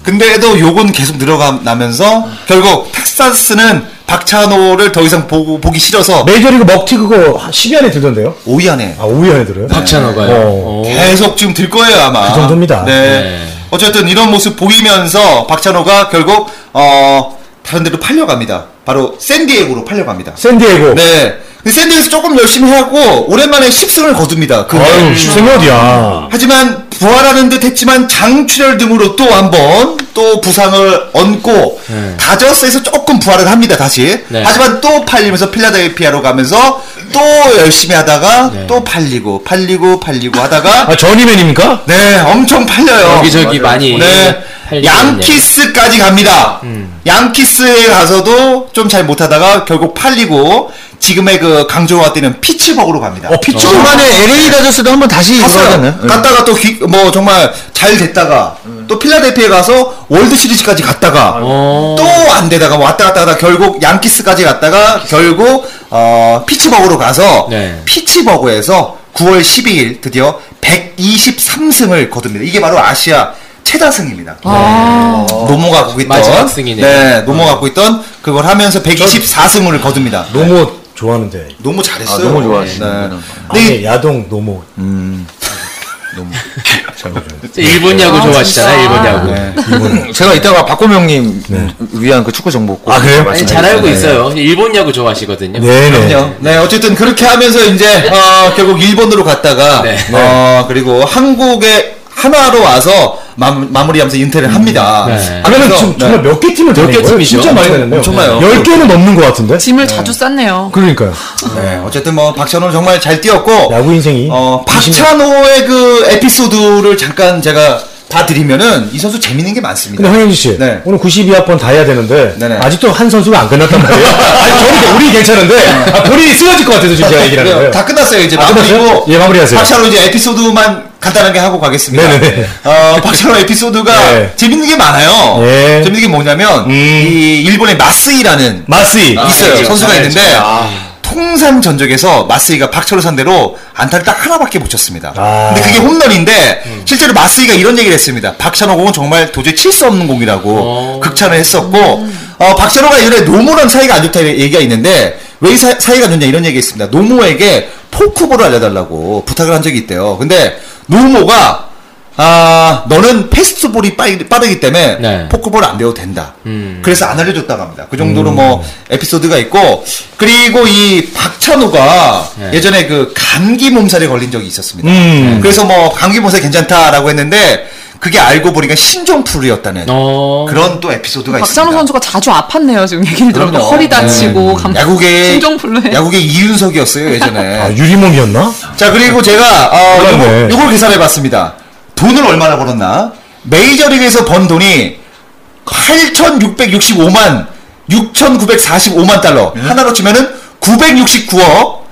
근데도 욕은 계속 늘어나면서 결국 텍사스는 박찬호를 더 이상 보고 보기 싫어서 메이저리그 먹튀 그거 한 10위 안에 들던데요? 5위 안에 아, 5위 안에 들어요? 박찬호가요. 어. 오. 계속 지금 들 거예요 아마. 그 정도입니다. 네. 네. 어쨌든 이런 모습 보이면서 박찬호가 결국 어 다른 데로 팔려갑니다. 바로 샌디에고로 팔려갑니다. 샌디에고. 네. 근데 샌디에고에서 조금 열심히 하고 오랜만에 10승을 거둡니다. 그 아유, 해에. 생어디야 하지만 부활하는 듯 했지만 장출혈 등으로 또 한번 또 부상을 얹고 네. 다저스에서 조금 부활을 합니다 다시 네. 하지만 또 팔리면서 필라델피아로 가면서 또 열심히 하다가 네. 또 팔리고 팔리고 팔리고 하다가 아, 저니맨입니까? 네, 엄청 팔려요. 여기저기 많이 네, 팔리고 양키스까지 갑니다. 음. 양키스에 가서도 좀 잘 못하다가 결국 팔리고 지금의 그 강조와 뛰는 피츠버그로 갑니다. 어, 피츠 초반에 LA 다저스도 한번 다시 갔어요. 이거잖아요. 네. 갔다가 또 뭐 정말 잘 됐다가 또 필라델피아에 가서 월드 시리즈까지 아, 갔다가 네. 또 안 되다가 뭐 왔다 갔다 하다 결국 양키스까지 갔다가 결국 어 피츠버그로 가서 네. 피츠버그에서 9월 12일 드디어 123승을 거둡니다. 이게 바로 아시아 최다승입니다. 아. 네. 어, 노모 갖고 있던 마지막 승이네요. 네, 노모 어. 갖고 있던 그걸 하면서 124승을 거둡니다. 노모 좋아하는데. 너무 잘했어요. 네. 아, 너무 좋아하시는구나. 네. 근데 아니, 야동 노모. 일본 야구 좋아하시잖아요. 일본 야구. 네. 제가 이따가 박고형님 위한 그 축구 정보 네. 꼭 아, 그래요? 말씀해 아니 잘 주세요. 알고 있어요. 일본 야구 좋아하시거든요. 네네. 그럼요. 네, 어쨌든 그렇게 하면서 이제 어, 결국 일본으로 갔다가 네. 어, 그리고 한국에 한화로 와서 마, 마무리하면서 인퇴를 합니다. 네. 음. 그러면 그래서, 지금 정말 몇 개 팀을 몇개 되는 거예요? 팀이죠? 진짜 많이 엄청- 되는데요. 엄청 많아요. 10개는 넘는 것 같은데? 짐을 자주 쌌네요. 그러니까요. 네, 네, 어쨌든 뭐 박찬호는 정말 잘 뛰었고 야구 인생이. 어, 박찬호의 그 에피소드를 잠깐 제가 다 드리면은 이 선수 재밌는 게 많습니다. 근데 황현진 씨, 네. 오늘 92학번 다 해야 되는데 네네. 아직도 한 선수가 안 끝났단 말이에요. 아니 저는 우리 괜찮은데 아, 본인이 쓰러질 것 같아서 지금 제가 얘기를 하는 거예요. 네, 다 끝났어요 이제 아, 끝났어요? 마무리고 예, 마무리하세요. 박찬호 이제 에피소드만 간단하게 하고 가겠습니다. 네네네. 어, 박찬호 에피소드가 네. 재밌는 게 많아요. 네. 재밌는 게 뭐냐면 이 일본의 마쓰이라는 마스이. 있어요 알죠. 아, 선수가 알죠. 있는데 통산 전적에서 마쓰이가 박철호 상대로 안타를 딱 하나밖에 못 쳤습니다. 아. 근데 그게 홈런인데 음. 실제로 마쓰이가 이런 얘기를 했습니다. 박찬호 공은 정말 도저히 칠 수 없는 공이라고 어. 극찬을 했었고 어, 박찬호가 이래 노무랑 사이가 안 좋다 얘기가 있는데 왜 이 사, 사이가 좋냐 이런 얘기 있습니다. 노무에게 포크볼을 알려달라고 부탁을 한 적이 있대요. 근데 노무가 아 너는 패스트볼이 빠이- 빠르기 때문에 네. 포크볼 안 배워도 된다. 음. 그래서 안 알려줬다고 합니다. 그 정도로 뭐 에피소드가 있고 그리고 이 박찬호가 네. 음. 예전에 그 감기 몸살에 걸린 적이 있었습니다. 그래서 뭐 감기 몸살 괜찮다라고 했는데 그게 알고 보니까 신종플루였다는 어. 그런 또 에피소드가 박찬호 있습니다. 선수가 자주 아팠네요. 지금 얘기를 들어보니까 그럼요. 허리 다치고 감... 야구계 심정불로에 야구계 이윤석이었어요 예전에. 아, 유리몸이었나? 자 그리고 제가 어, 그러네. 요거, 요걸 계산해봤습니다. 돈을 얼마나 벌었나? 메이저리그에서 번 돈이 8,665만 6,945만 달러 하나로 치면은 969억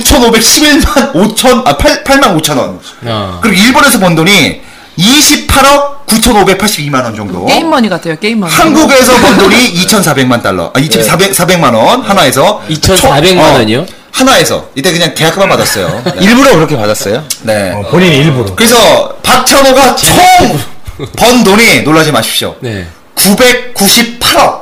9,511만 5천 아 8, 8만 5천 원 어. 그리고 일본에서 번 돈이 28억 9,582만 원 정도 뭐- 게임머니 같아요. 게임머니. 한국에서 번 돈이 2,400만 달러. 아, 2,400, 400만 원 하나에서 2,400만 총- 어, 원이요? 하나에서 이때 그냥 계약금만 받았어요. 네. 일부러 그렇게 받았어요? 네. 어, 본인이 일부러. 그래서 박찬호가 총 번 돈이 놀라지 마십시오. 네. 998억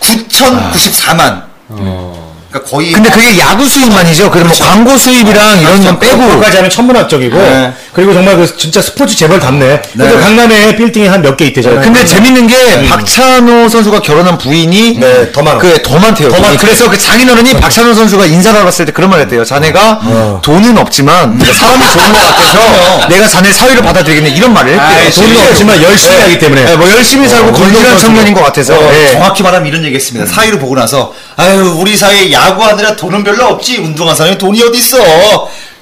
9,094만 어. 그러니까 거의 근데 그게 야구 수입만이죠. 그럼 뭐 광고 수입이랑 이런 건 빼고. 그거까지 하면 천문학적이고 네. 그리고 정말 그 진짜 스포츠 재벌 답네. 근데 강남에 빌딩이 한 몇 개 있대잖아요. 네. 근데 재밌는 게 박찬호 선수가 결혼한 부인이 네, 더 많아. 그더 많대요. 더 많대. 그래서 그 장인어른이 박찬호 선수가 인사를 하러 갔을 때 그런 말 했대요. 자네가 돈은 없지만 사람이 좋은 것 같아서 내가 자네 사위를 받아들이겠네 이런 말을 했대요. 돈이 없지만 열심히 하기 때문에. 네, 뭐 열심히 살고 건실한 운동 청년인 것 같아서. 어, 네. 정확히 말하면 이런 얘기했습니다. 사위를 보고 나서 아유 우리 사회 야구하느라 돈은 별로 없지 운동한 사람이 돈이 어디 있어?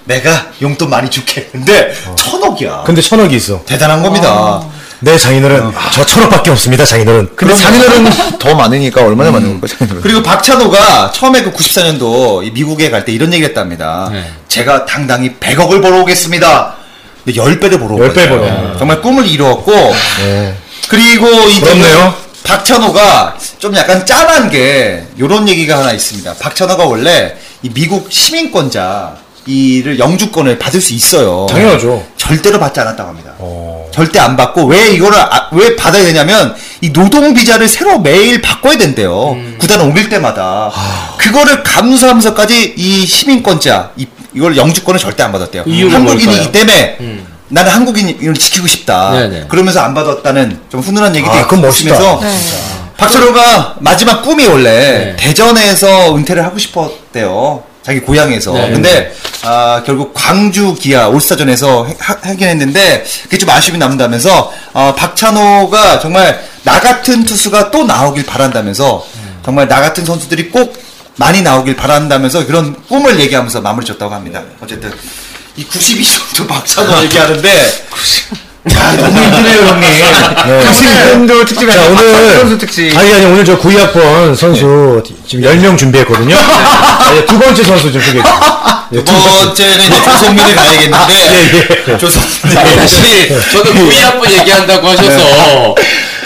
내가 용돈 많이 줄겠는데 천억이야. 근데 천억이 있어. 대단한 겁니다. 내 장인어른 저 천억밖에 없습니다. 장인어른. 근데 장인어른 더 많으니까 얼마나 많은 거죠? 그렇죠. 장인어른. 그리고 박찬호가 처음에 그 94년도 이 미국에 갈 때 이런 얘기를 했답니다. 네. 제가 당당히 100억을 벌어오겠습니다. 근데 10배를 벌어오고 10배 벌어. 정말 꿈을 이루었고 그리고 이제는 부럽네요. 박찬호가 좀 약간 짠한 게 이런 얘기가 하나 있습니다. 박찬호가 원래 이 미국 시민권자 이를 영주권을 받을 수 있어요. 당연하죠. 어. 절대로 받지 않았다고 합니다. 절대 안 받고 왜 이거를 아- 왜 받아야 되냐면 이 노동 비자를 새로 매일 바꿔야 된대요. 구단 옮길 때마다 그거를 감수하면서까지 이 시민권자 이, 이걸 영주권을 절대 안 받았대요. 이유가 한국인이기 뭘까요? 때문에 나는 한국인을 지키고 싶다. 네네. 그러면서 안 받았다는 좀 훈훈한 얘기도 아, 그건 멋있다. 있으면서 박철호가 마지막 꿈이 원래 네. 대전에서 은퇴를 하고 싶었대요. 자기 고향에서. 네. 근데 아, 결국 광주 기아 올스타전에서 해- 하- 하긴 했는데 그게 좀 아쉬움이 남다면서 어, 박찬호가 정말 나 같은 투수가 또 나오길 바란다면서 정말 나 같은 선수들이 꼭 많이 나오길 바란다면서 그런 꿈을 얘기하면서 마무리 졌다고 합니다. 어쨌든 이 92점도 박찬호 얘기하는데 야, 너무 힘드네요 형님. 선수 특집 네. 자, 오늘 선수 특집. 아니 아니 오늘 저 92학번 선수 지금 10명 준비했거든요. 아, 예, 두 번째 선수 좀 소개해 주세요. 예, 두 두 번째는 이제 조성민을 가야겠는데 네, 예, 예. 조성민 아니, 사실 저도 구미학번 얘기한다고 하셔서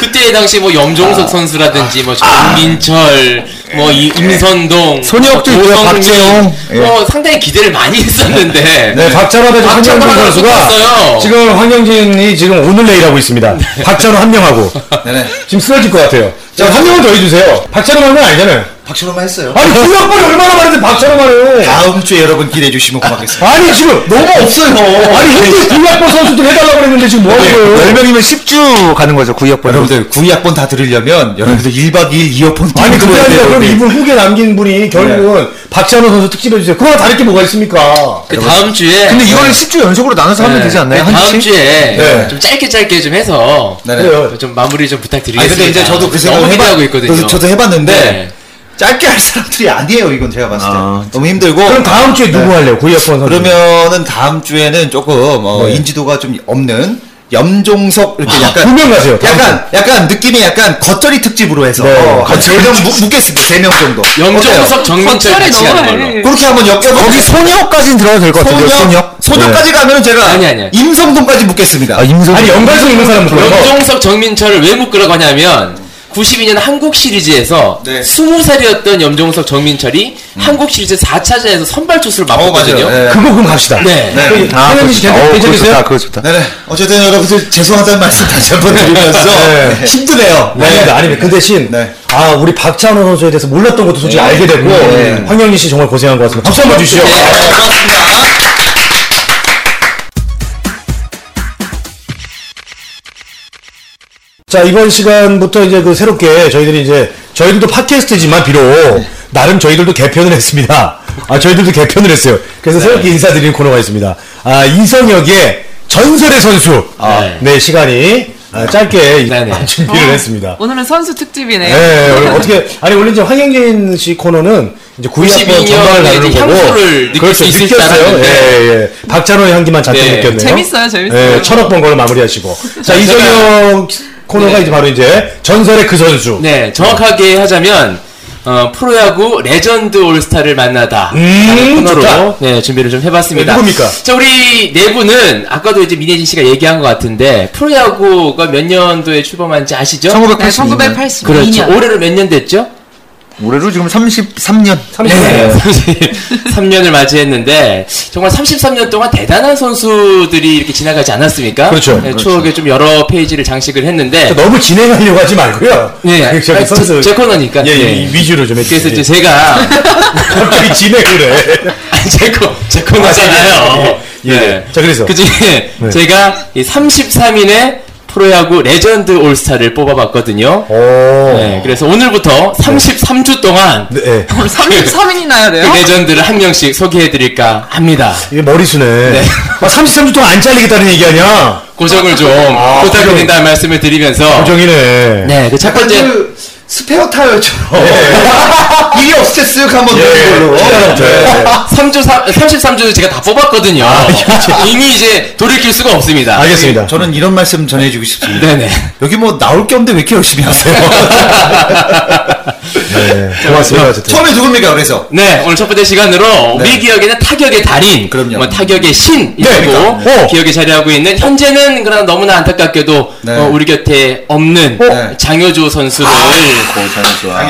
그때 당시 뭐 염종석 선수라든지 뭐 정민철 뭐 이- 임선동 손혁도 뭐 있고요, 조성민, 박재홍. 예. 뭐 상당히 기대를 많이 했었는데 네, 박찬호 대표 박찬호 황영진 하나 선수가 붙었어요. 지금 황영진이 지금 오늘 내일 하고 있습니다. 박찬호 한 명하고 네네 지금 쓰러질 것 같아요. 자, 한 명은 더 해주세요. 박찬호 하면 아니잖아요. 박철호만 했어요 아니, 구학번이 얼마나 많은데 박찬호만 해. 다음 주에 여러분 기대해 주시면 고맙겠습니다 아니, 지금 너무 없어요. 아니, 현재 구학번 선수들 해달라고 그랬는데 지금 뭐 하는 거예요? 10명이면 10주 가는 거죠, 구역번호. 여러분들 뭐 구이 학번 다 들으려면 여러분들 1박 2일 이어폰 네. 끼고 아니, 그게 들어야 아니라 돼요, 그럼 여러분들. 이분 후기에 남긴 분이 결국은 박찬호 선수 특집해주세요. 그거랑 다를 게 뭐가 있습니까? 그 다음 주에 근데 이거를 10주 연속으로 나눠서 하면 되지 않나요? 그 한 다음 주씩? 주에 네. 좀 짧게 짧게 좀 해서 네네. 그래요. 좀 마무리 좀 부탁드리겠습니다. 아니 근데 이제 저도 그 생각을 너무 기대하고 해봐- 있거든요. 저도- 저도 해봤는데 네. 짧게 할 사람들이 아니에요 이건 제가 봤을 때 너무 힘들고 그럼 다음 주에 누구 할래요? 구학번 선수. 네. 그러면은 다음 주에는 조금 어, 인지도가 좀 없는 염종석 이렇게 약간 두명 가세요, 다음 약간 약간 느낌이 약간 겉절이 특집으로 해서 네. 어, 세명 묶겠습니다. 세 명 정도. 어때요? 염종석 정민철 겉절이 같이 가는 너무 걸로. 그렇게 한번 엮여 거기 소녀까지는 들어가도 될 것 같은데요, 소녀? 네. 까지 가면 제가 아니, 아니, 아니. 임성동까지 묶겠습니다. 아, 네. 임성. 아니, 연관성 있는 사람 불러요. 염종석 정민철을 왜 묶으라고 하냐면 92년 한국 시리즈에서 네. 20살이었던 염종석 정민철이 음. 한국 시리즈 4차전에서 선발 투수를 어, 맡았거든요. 맞아요. 예. 그거 그럼 갑시다. 네. 네. 그, 아, 그거 하영진 씨 좋다. 어, 괜찮- 그거 괜찮으세요? 좋다. 그거 좋다. 네네. 어쨌든 여러분들 죄송하다는 말씀 다시 한 번 드리면서 네. 힘드네요. 네. 아닙니다, 아닙니다. 그 대신, 네. 아, 우리 박찬호 선수에 대해서 몰랐던 것도 솔직히 알게 됐고, 황영민 씨 정말 고생한 것 같습니다. 박수 한번 주시죠. 네, 고맙습니다. 자, 이번 시간부터 이제 그 새롭게 저희들이 이제, 저희들도 팟캐스트지만 비록, 네. 나름 저희들도 개편을 했습니다. 아, 저희들도 개편을 했어요. 그래서 네. 새롭게 인사드리는 코너가 있습니다. 아, 이성혁의 전설의 선수. 아, 네, 네. 시간이, 아, 짧게 네, 네. 준비를 했습니다. 어. 오늘은 선수 특집이네요. 예, 오늘 어떻게 아니 원래 이제 황영진 씨 코너는 이제 구이 한번 92 전반을 년에 나누는 이제 거고 향수를 느낄 수 있을 줄 느꼈어요. 알았는데. 예, 예. 박찬호의 향기만 잔뜩 네. 느꼈네요. 재밌어요, 재밌어요. 예, 천억 번 걸로 마무리하시고 자 이정영 코너가 네. 이제 바로 이제 전설의 그 선수. 네, 정확하게 하자면 어, 프로야구 레전드 올스타를 만나다 음, 라는 코너로 좋다. 네, 준비를 좀 해봤습니다. 네, 누굽니까? 자, 우리 내부는 아까도 이제 민혜진 씨가 얘기한 것 같은데 프로야구가 몇 년도에 출범한지 아시죠? 1982년. 네, 1982년. 그렇죠. 올해로 몇 년 됐죠? 올해로 지금 33년. 네. 네. 33년을 맞이했는데 정말 33년 동안 대단한 선수들이 이렇게 지나가지 않았습니까? 그렇죠. 네, 추억의 좀 여러 페이지를 장식을 했는데 너무 진행하려고 하지 말고요. 그 네, 저기 아, 선수- 제, 제 코너니까. 예, 예, 네. 이 위주로 예. 좀 해주세요. 그래서 이제 네, 제가 갑자기 진행을 해. 아니, 제 코, 제 코너잖아요. 예, 예. 자, 그래서. 네. 그 중에 제가 이 33인의 프로야구 레전드 올스타를 뽑아봤거든요. 오. 네, 그래서 오늘부터 33주 동안 네, 예. 33인이 나야 그 어, 돼요? 레전드를 한 명씩 소개해드릴까 합니다. 이게 머리수네. 네. 아, 33주 동안 안 잘리겠다는 얘기 아니야? 고정을 좀 부탁드린다는 말씀을 드리면서 정이네. 어. 네, 그 첫 번째 그 스페어 타이어처럼 일이 없을 때 쓱 한번 네. 예, 넣는 걸로. 예. 네. 3주 3, 33주 제가 다 뽑았거든요. 이미 이제 돌이킬 수가 없습니다. 알겠습니다. 저는 이런 말씀 전해주고 싶습니다. 네네. 여기 뭐 나올 게 없는데 왜 이렇게 열심히 하세요? 네. 고맙습니다. 어쨌든. 처음에 누굽니까 그래서? 네, 오늘 첫 번째 시간으로 우리 기억에는 타격의 달인, 그럼요. 뭐 타격의 신이고 네, 그러니까. 어. 기억에 자리하고 있는 현재는 그러나 너무나 안타깝게도 네. 어, 우리 곁에 없는 네. 아. 장효조 선수를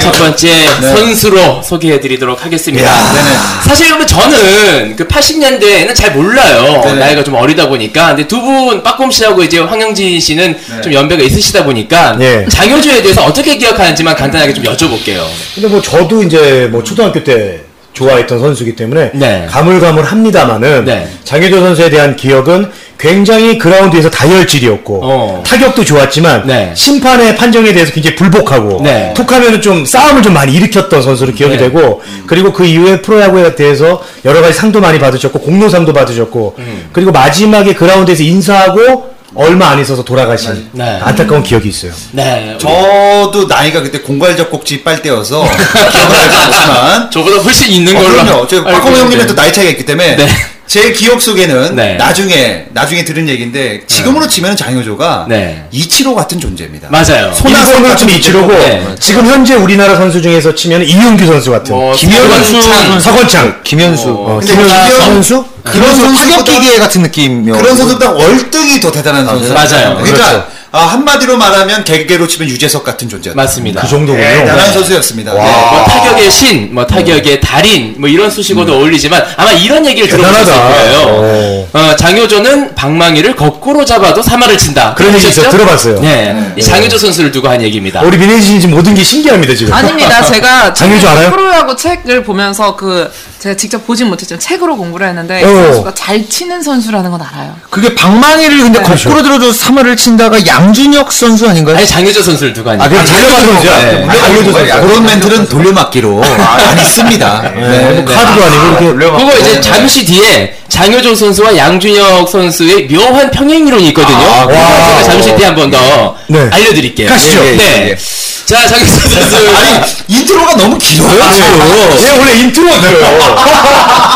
첫 번째 선수로 소개해드리도록 하겠습니다. 네네. 사실 여러분 저는 그 80년대에는 잘 몰라요. 네네. 나이가 좀 어리다 보니까. 근데 두 분 빠꼼 씨하고 이제 황영진 씨는 좀 연배가 있으시다 보니까 예. 장효조에 대해서 어떻게 기억하는지만 간단하게 좀 여쭤볼게요. 근데 뭐 저도 이제 뭐 초등학교 때 좋아했던 선수이기 때문에 네. 가물가물합니다만은 네. 장혜조 선수에 대한 기억은 굉장히 그라운드에서 다혈질이었고 어. 타격도 좋았지만 네. 심판의 판정에 대해서 굉장히 불복하고 네. 톡하면은 좀 싸움을 좀 많이 일으켰던 선수로 기억이 네. 되고 그리고 그 이후에 프로야구에 대해서 여러 가지 상도 많이 받으셨고 공로상도 받으셨고 그리고 마지막에 그라운드에서 인사하고 얼마 안 있어서 돌아가신 네. 안타까운 기억이 있어요. 네. 저도 나이가 그때 공갈젖꼭지 빨 때여서 기억나지 않지만 저보다 훨씬 있는 어, 걸로. 그럼요. 저 네. 알고 박홍호 형님은 있는데. 또 나이 차이가 있기 때문에 네. 제 기억 속에는 네. 나중에 나중에 들은 얘기인데 지금으로 치면 장효조가 네. 이치로 같은 존재입니다. 맞아요. 손아섭을 좀 이치로고 네. 지금 현재 우리나라 선수 중에서 치면 이윤규 선수 같은 뭐, 김현수 서건창. 서건창 김현수. 어, 근데 김현수 김현- 선수 그런 타격 선수보다 기계 같은 느낌이요. 그런 선수보다 월등히 더 대단한 선수. 맞아요. 그러니까 그렇죠. 아, 한마디로 말하면 개개로 치면 유재석 같은 존재. 맞습니다. 그 정도군요. 대단한 선수였습니다. 네, 아. 뭐 타격의 신, 뭐 음. 타격의 달인, 뭐 이런 수식어도 어울리지만 아마 이런 얘기를 들어보셨을 대단하다. 거예요. 어, 장효조는 방망이를 거꾸로 잡아도 사마를 친다. 그런 얘기 들으셨죠? 있어요. 들어봤어요. 네, 이 장효조 선수를 두고 한 얘기입니다. 네. 우리 민혜 씨 지금 모든 게 신기합니다 지금. 아닙니다. 제가 장윤주 최근에 알아요? 프로야구 책을 보면서 그 제가 직접 보진 못했지만 책으로 공부를 했는데 이 어. 선수가 잘 치는 선수라는 건 알아요. 그게 방망이를 근데 네. 거꾸로 들어줘서 3화를 친다가 양준혁 선수 아닌가요? 아니 장효조 선수를 두고 한 아, 얘기. 그냥 장효조 선수야. 네. 아, 장효조 선수. 그런 멘트는 돌려막기로 많이 씁니다. 네, 아, 네. 뭐 카드도 아니고 이렇게 그거 네. 이제 잠시 뒤에 장효조 선수와 양준혁 선수의 묘한 평행 이론이 있거든요. 그거 제가 잠시 뒤에 한 번 더 아, 네. 알려드릴게요. 가시죠. 네. 예, 예. 자 장효조 선수 아니 인트로가 너무 길어요. 아, 얘 원래 인트로가 돼요.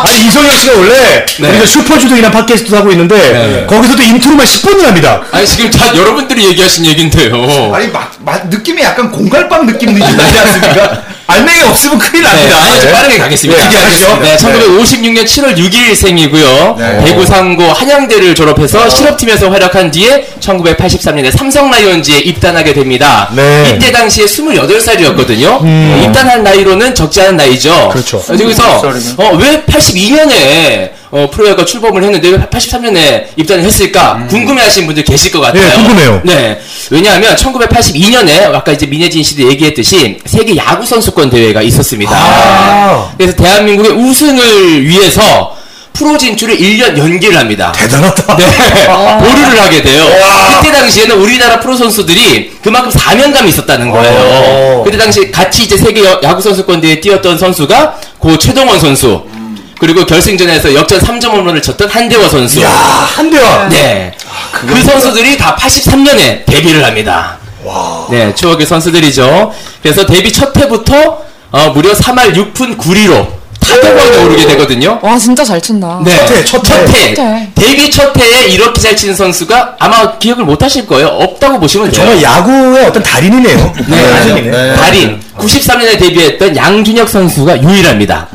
아니 이성현 씨가 원래 네. 우리가 슈퍼주동이란 팟캐스트도 하고 있는데 거기서도 인트로만 10분을 합니다. 아니 지금 다 여러분들이 얘기하신 얘긴데요. 아니 마, 마, 느낌이 약간 공갈빵 느낌 느낌 나지 않습니까? 알맹이 없으면 큰일 네, 납니다. 아니, 좀 빠르게 가겠습니다. 네, 알겠습니다. 네, 1956년 7월 6일생이고요. 네. 대구 상고 한양대를 졸업해서 실업팀에서 활약한 뒤에 1983년에 삼성 라이온즈에 입단하게 됩니다. 네. 이때 당시에 28살이었거든요. 네, 입단한 나이로는 적지 않은 나이죠. 그렇죠. 어, 여기서 어, 왜 82년에 어, 프로야구가 출범을 했는데 왜 83년에 입단을 했을까 궁금해하시는 분들 계실 것 같아요. 예, 궁금해요. 네. 왜냐하면 1982년에 아까 이제 민혜진 씨도 얘기했듯이 세계 야구 선수권 대회가 있었습니다. 아. 그래서 대한민국의 우승을 위해서 프로 진출을 1년 연기를 합니다. 대단하다. 아. 네. 보류를 하게 돼요. 그때 당시에는 우리나라 프로 선수들이 그만큼 사명감이 있었다는 거예요. 오. 그때 당시 같이 이제 세계 여- 야구 선수권 대회에 뛰었던 선수가 고 최동원 선수. 그리고 결승전에서 역전 3점 홈런을 쳤던 한대호 선수. 야 아, 한대화. 네. 그 선수들이 다 83년에 데뷔를 합니다. 네, 추억의 선수들이죠. 그래서 데뷔 첫 해부터 어, 무려 3할 6푼 9리로 타격왕에 오르게 되거든요. 와 진짜 잘 친다. 네. 첫 해, 첫 해. 첫 해. 데뷔 첫 해에 이렇게 잘 치는 선수가 아마 기억을 못 하실 거예요. 없다고 보시면 돼요. 정말 야구의 어떤 달인이네요. 네. 달인이네. 네. 달인 93년에 데뷔했던 양준혁 선수가 유일합니다.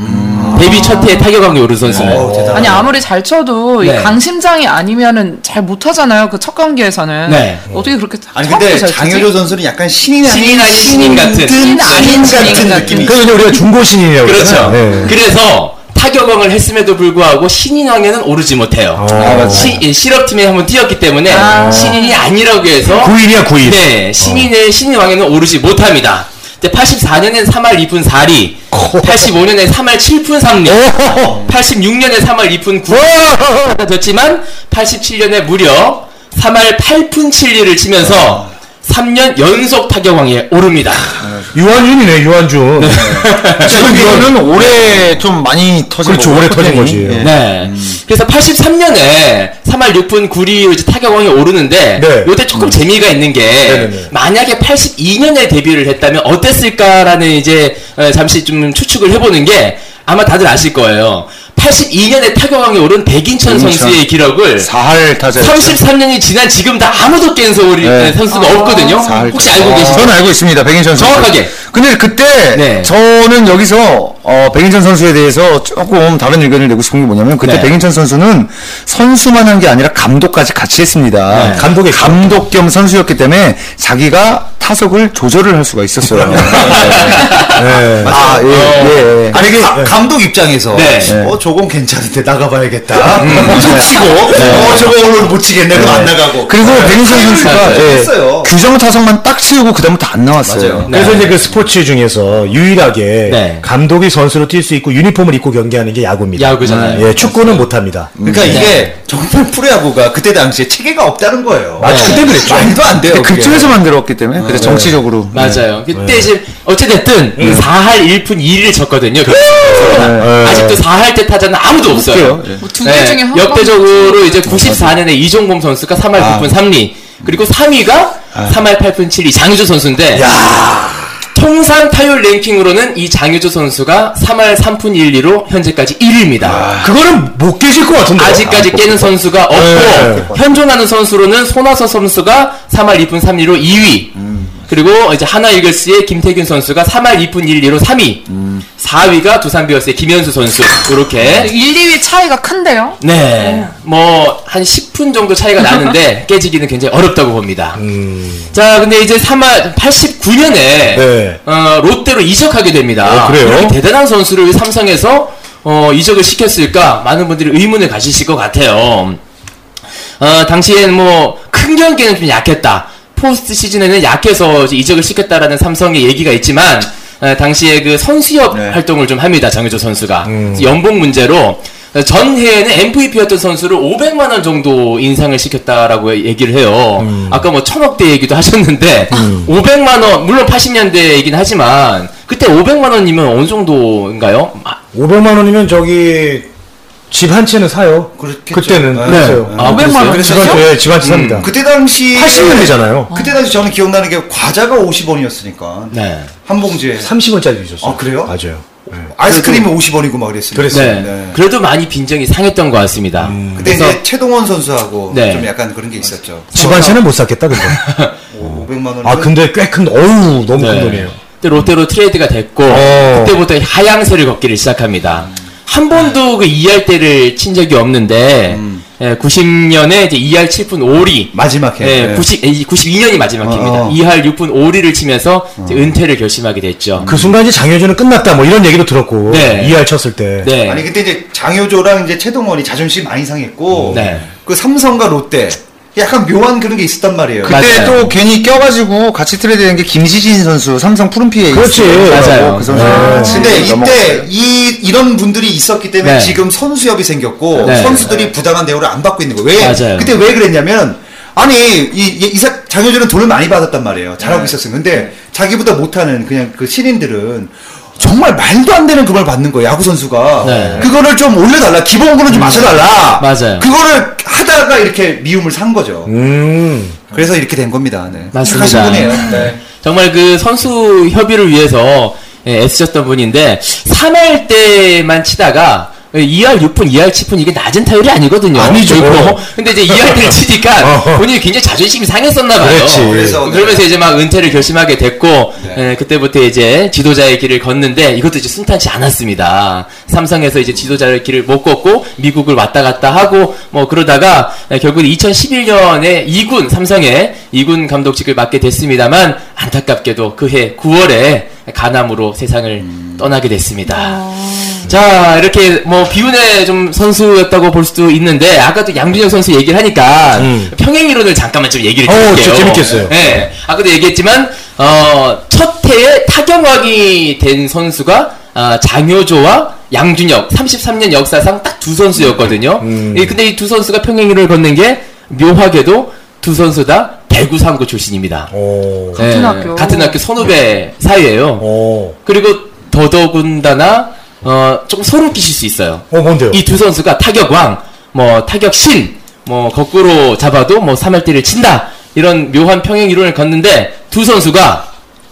데뷔 첫 해에 타격 확률 오른 선수는. 어우, 대단하다. 아니 아무리 잘 쳐도 이 네. 강심장이 아니면은 잘 못하잖아요 그 첫 경기에서는 네. 어떻게 그렇게 아니 처음부터 근데 잘 치지? 장효조 선수는 약간 신인 아닌 신인 아닌 신인 같은. 네, 신인 아닌 같은 신인 느낌이. 그래서 이제 그러니까 우리가 중고신인이라고 그렇죠. 그러잖아요. 네. 그래서 타격왕을 했음에도 불구하고 신인왕에는 오르지 못해요. 어. 아, 시, 이 실업팀에 한번 뛰었기 때문에 신인이 아니라고 해서 구인이야, 어. 구인. 네, 신인의 신인왕에는 오르지 못합니다. 근데 84년엔 3할 2푼 4리, 어. 85년에 3할 7푼 3리, 86년에 3할 2푼 어. 9리가 됐지만 87년에 무려 3할 8푼 7리를 치면서 3년 연속 타격왕에 오릅니다. 유한준이네, 유한준. 지금 이거는 올해 좀 많이 터진 그렇죠, 거고, 올해 터진 포텐이. 거지. 예. 네. 그래서 83년에 3할 6분 9리 이제 타격왕이 오르는데 네. 요때 조금 재미가 있는 게 네네네. 만약에 82년에 데뷔를 했다면 어땠을까라는 이제 어, 잠시 좀 추측을 해보는 게 아마 다들 아실 거예요. 82년에 타격왕이 오른 백인천 백인천. 선수의 기록을 4할 네. 타자. 33년이 지난 지금도 아무도 깬 서울이 네. 선수가 없거든요. 혹시 알고 계시죠? 아. 저는 알고 있습니다. 백인천 선수. 정확하게. 근데 그때 네. 저는 여기서 어, 백인천 선수에 대해서 조금 다른 의견을 내고 싶은 게 뭐냐면 그때 네. 백인천 선수는 선수만 한 게 아니라 감독까지 같이 했습니다. 네. 감독이 감독 겸 선수였기 때문에 자기가 타석을 조절을 할 수가 있었어요. 네. 아, 예, 예, 예. 아니 그 가- 감독 입장에서 네. 어 저건 괜찮은데 네, 나가봐야겠다 음, 좀 치고 어 저거 오늘 못 치겠네 그럼 안 나가고 네. 그리고 네. 백인천 선수가 맞아요. 예, 했어요. 규정 타석만 딱 치우고 그다음부터 안 나왔어요. 맞아요. 그래서 이제 그 스포츠 중에서 유일하게 네. 감독이 선수로 뛸 수 있고 유니폼을 입고 경기하는 게 야구입니다. 야구잖아요. 예, 축구는 못합니다. 그러니까 이게 정말 프로야구가 그때 당시에 체계가 없다는 거예요 네. 아, 그때 그랬죠. 말도 안 돼요 근데 그게. 극중에서 만들었기 때문에 네. 그래서 정치적으로 맞아요. 그때 이제 어찌됐든 4할 1푼 2리를 쳤거든요. 예. 아직도 4할 때 타자는 아무도 없어요. 네. 없어요. 예. 뭐두개 중에 한 역대적으로 이제 94년에 이종범 선수가 3할 9푼 3리 그리고 3위가 3할 8푼 7리 장유조 선수인데 통산 타율 랭킹으로는 이 장유조 선수가 3할 3푼 1리로 현재까지 1위입니다. 그거는 못 깨질 것 같은데. 아직까지 깨는 선수가 없고 네. 현존하는 선수로는 손아섭 선수가 3할 2푼 3리로 2위 그리고 이제 하나 이글스의 김태균 선수가 3할 2푼 1리로 3위 4위가 두산 비어스의 김현수 선수 이렇게 1, 2위 차이가 큰데요 네, 뭐 한 10분 정도 차이가 나는데 깨지기는 굉장히 어렵다고 봅니다. 자, 근데 이제 3월 89년에 음. 어, 네. 롯데로 이적하게 됩니다. 어, 그래요? 이렇게 대단한 선수를 왜 삼성에서 어, 이적을 시켰을까? 많은 분들이 의문을 가지실 것 같아요. 어, 당시엔 뭐 큰 경기는 좀 약했다. 포스트 시즌에는 약해서 이제 이적을 시켰다라는 삼성의 얘기가 있지만 어, 당시에 그 선수협 네. 활동을 좀 합니다 장효조 선수가 음. 연봉 문제로 어, 전해에는 MVP였던 선수를 500만 원 정도 인상을 시켰다라고 얘기를 해요. 음. 아까 뭐 천억대 얘기도 하셨는데 500만 원 물론 80년대이긴 하지만 그때 500만 원이면 어느 정도인가요? 아, 500만 원이면 저기 집 한 채는 사요. 그렇겠죠. 그때는 네. 그랬어요. 아, 500만 원 집 한, 그랬어요? 예, 집한 채 음, 삽니다. 그때 당시 80년대잖아요. 그때 당시 저는 기억나는 게 과자가 50원이었으니까 네. 한 봉지에 30원짜리 주셨어요. 아, 그래요? 맞아요. 아이스크림이 50원이고 막 그랬으니까 그랬어요. 네. 네. 그래도 많이 빈정이 상했던 것 같습니다. 그때 음. 이제 최동원 선수하고 네. 좀 약간 그런 게 있었죠 집 한 채는 못 샀겠다, 근데. 아, 500만 원 아, 근데 꽤 큰, 어우, 너무 큰 네. 돈이에요. 그때 롯데로 트레이드가 됐고 어. 그때부터 하향세를 걷기를 시작합니다. 한 네. 번도 그 2할 때를 친 적이 없는데 음. 예, 90년에 이제 2할 7분 5리 마지막 해 예, 네. 90, 92년이 마지막 해입니다. 어. 2할 6분 5리를 치면서 어. 이제 은퇴를 결심하게 됐죠. 그 순간 이제 장효준은 끝났다, 뭐 이런 얘기도 들었고. 네. 이할 쳤을 때. 네. 아니 그때 이제 장효조랑 이제 최동원이 자존심 많이 상했고 네. 그 삼성과 롯데 약간 묘한 그런 게 있었단 말이에요. 맞- 그때 맞아요. 또 괜히 껴가지고 같이 트레이드된 게 김시진 선수 삼성 푸른피에 그렇지. 맞아요. 그 선수 네. 근데 이때 이 이런 분들이 있었기 때문에 네. 지금 선수협이 생겼고 네. 선수들이 부당한 대우를 안 받고 있는 거예요. 왜? 맞아요. 그때 왜 그랬냐면 아니 이이사 장효준은 돈을 많이 받았단 말이에요. 잘하고 네. 있었어. 근데 자기보다 못하는 그냥 그 신인들은 정말 말도 안 되는 그걸 받는 거예요. 야구 선수가 네. 그거를 좀 올려달라. 기본으로 좀 맞춰달라. 맞아요. 그거를 하다가 이렇게 미움을 산 거죠. 음. 그래서 이렇게 된 겁니다. 네. 맞습니다. 착하신 분이에요. 네. 정말 그 선수 협의를 위해서 예, 애쓰셨던 분인데 3할 때만 치다가 2할 6푼, 2할 7푼 이게 낮은 타율이 아니거든요. 아니죠. 결코. 근데 이제 2할을 치니까 어. 본인이 굉장히 자존심이 상했었나 봐요. 그렇지. 그래서 네. 그러면서 이제 막 은퇴를 결심하게 됐고 에, 그때부터 이제 지도자의 길을 걷는데 이것도 이제 순탄치 않았습니다. 삼성에서 이제 지도자의 길을 못 걷고 미국을 왔다 갔다 하고 뭐 그러다가 에, 결국 2011년에 2군 삼성의 2군 감독직을 맡게 됐습니다만 안타깝게도 그해 9월에 간암으로 세상을 떠나게 됐습니다. 자 이렇게 뭐 비운의 좀 선수였다고 볼 수도 있는데 아까 또 양준혁 선수 얘기를 하니까 평행 이론을 잠깐만 좀 얘기를 음. 어우, 드릴게요. 진짜 재밌겠어요. 예. 아까도 얘기했지만 어, 첫 해에 타격왕이 된 선수가 아, 장효조와 양준혁 33년 역사상 딱 두 선수였거든요. 음. 예, 근데 이 두 선수가 평행이를 걷는 게 묘하게도 두 선수 다 대구 상고 출신입니다. 오. 예, 같은 학교. 같은 학교 선후배 어. 사이예요. 오. 그리고 더더군다나 어, 좀 소름 끼칠 수 있어요. 어, 뭔데요? 이 두 선수가 타격왕, 뭐 타격신, 뭐 거꾸로 잡아도 뭐 3할대를 친다 이런 묘한 평행 이론을 걷는데 두 선수가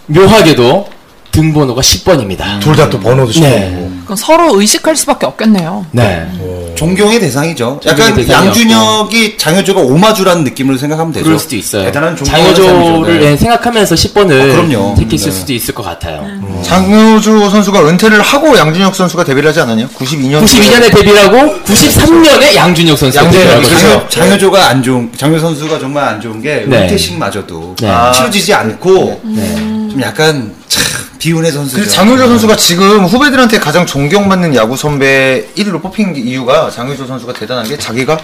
묘하게도 등번호가 10번입니다. 둘 다 또 번호도 씹어 네. 먹고. 그럼 서로 의식할 수밖에 없겠네요. 네. 어, 존경의 대상이죠. 약간 존경의 대상이었고. 양준혁이 장효조가 오마주라는 느낌을 생각하면 되죠. 그럴 수도 있어요. 대단한 존경의 장효조를 대상이죠. 네. 예, 생각하면서 10번을 아, 그럼요. 택했을 네. 음. 수도 있을 것 같아요. 장효주 선수가 은퇴를 하고 양준혁 선수가 데뷔를 하지 않았냐? 92년. 92년에 데뷔하고 93년에 양준혁 선수가 양준혁 데뷔를 장효- 하거든요. 장효조가 안 좋은 장효 선수가 정말 안 좋은 게 네. 은퇴식마저도 네. 아, 치러지지 않고 좀 약간 참 비운의 선수죠. 음. 그래서 장효조 선수가 지금 후배들한테 가장 존경받는 야구 선배 1위로 뽑힌 이유가 장효조 선수가 대단한 게 자기가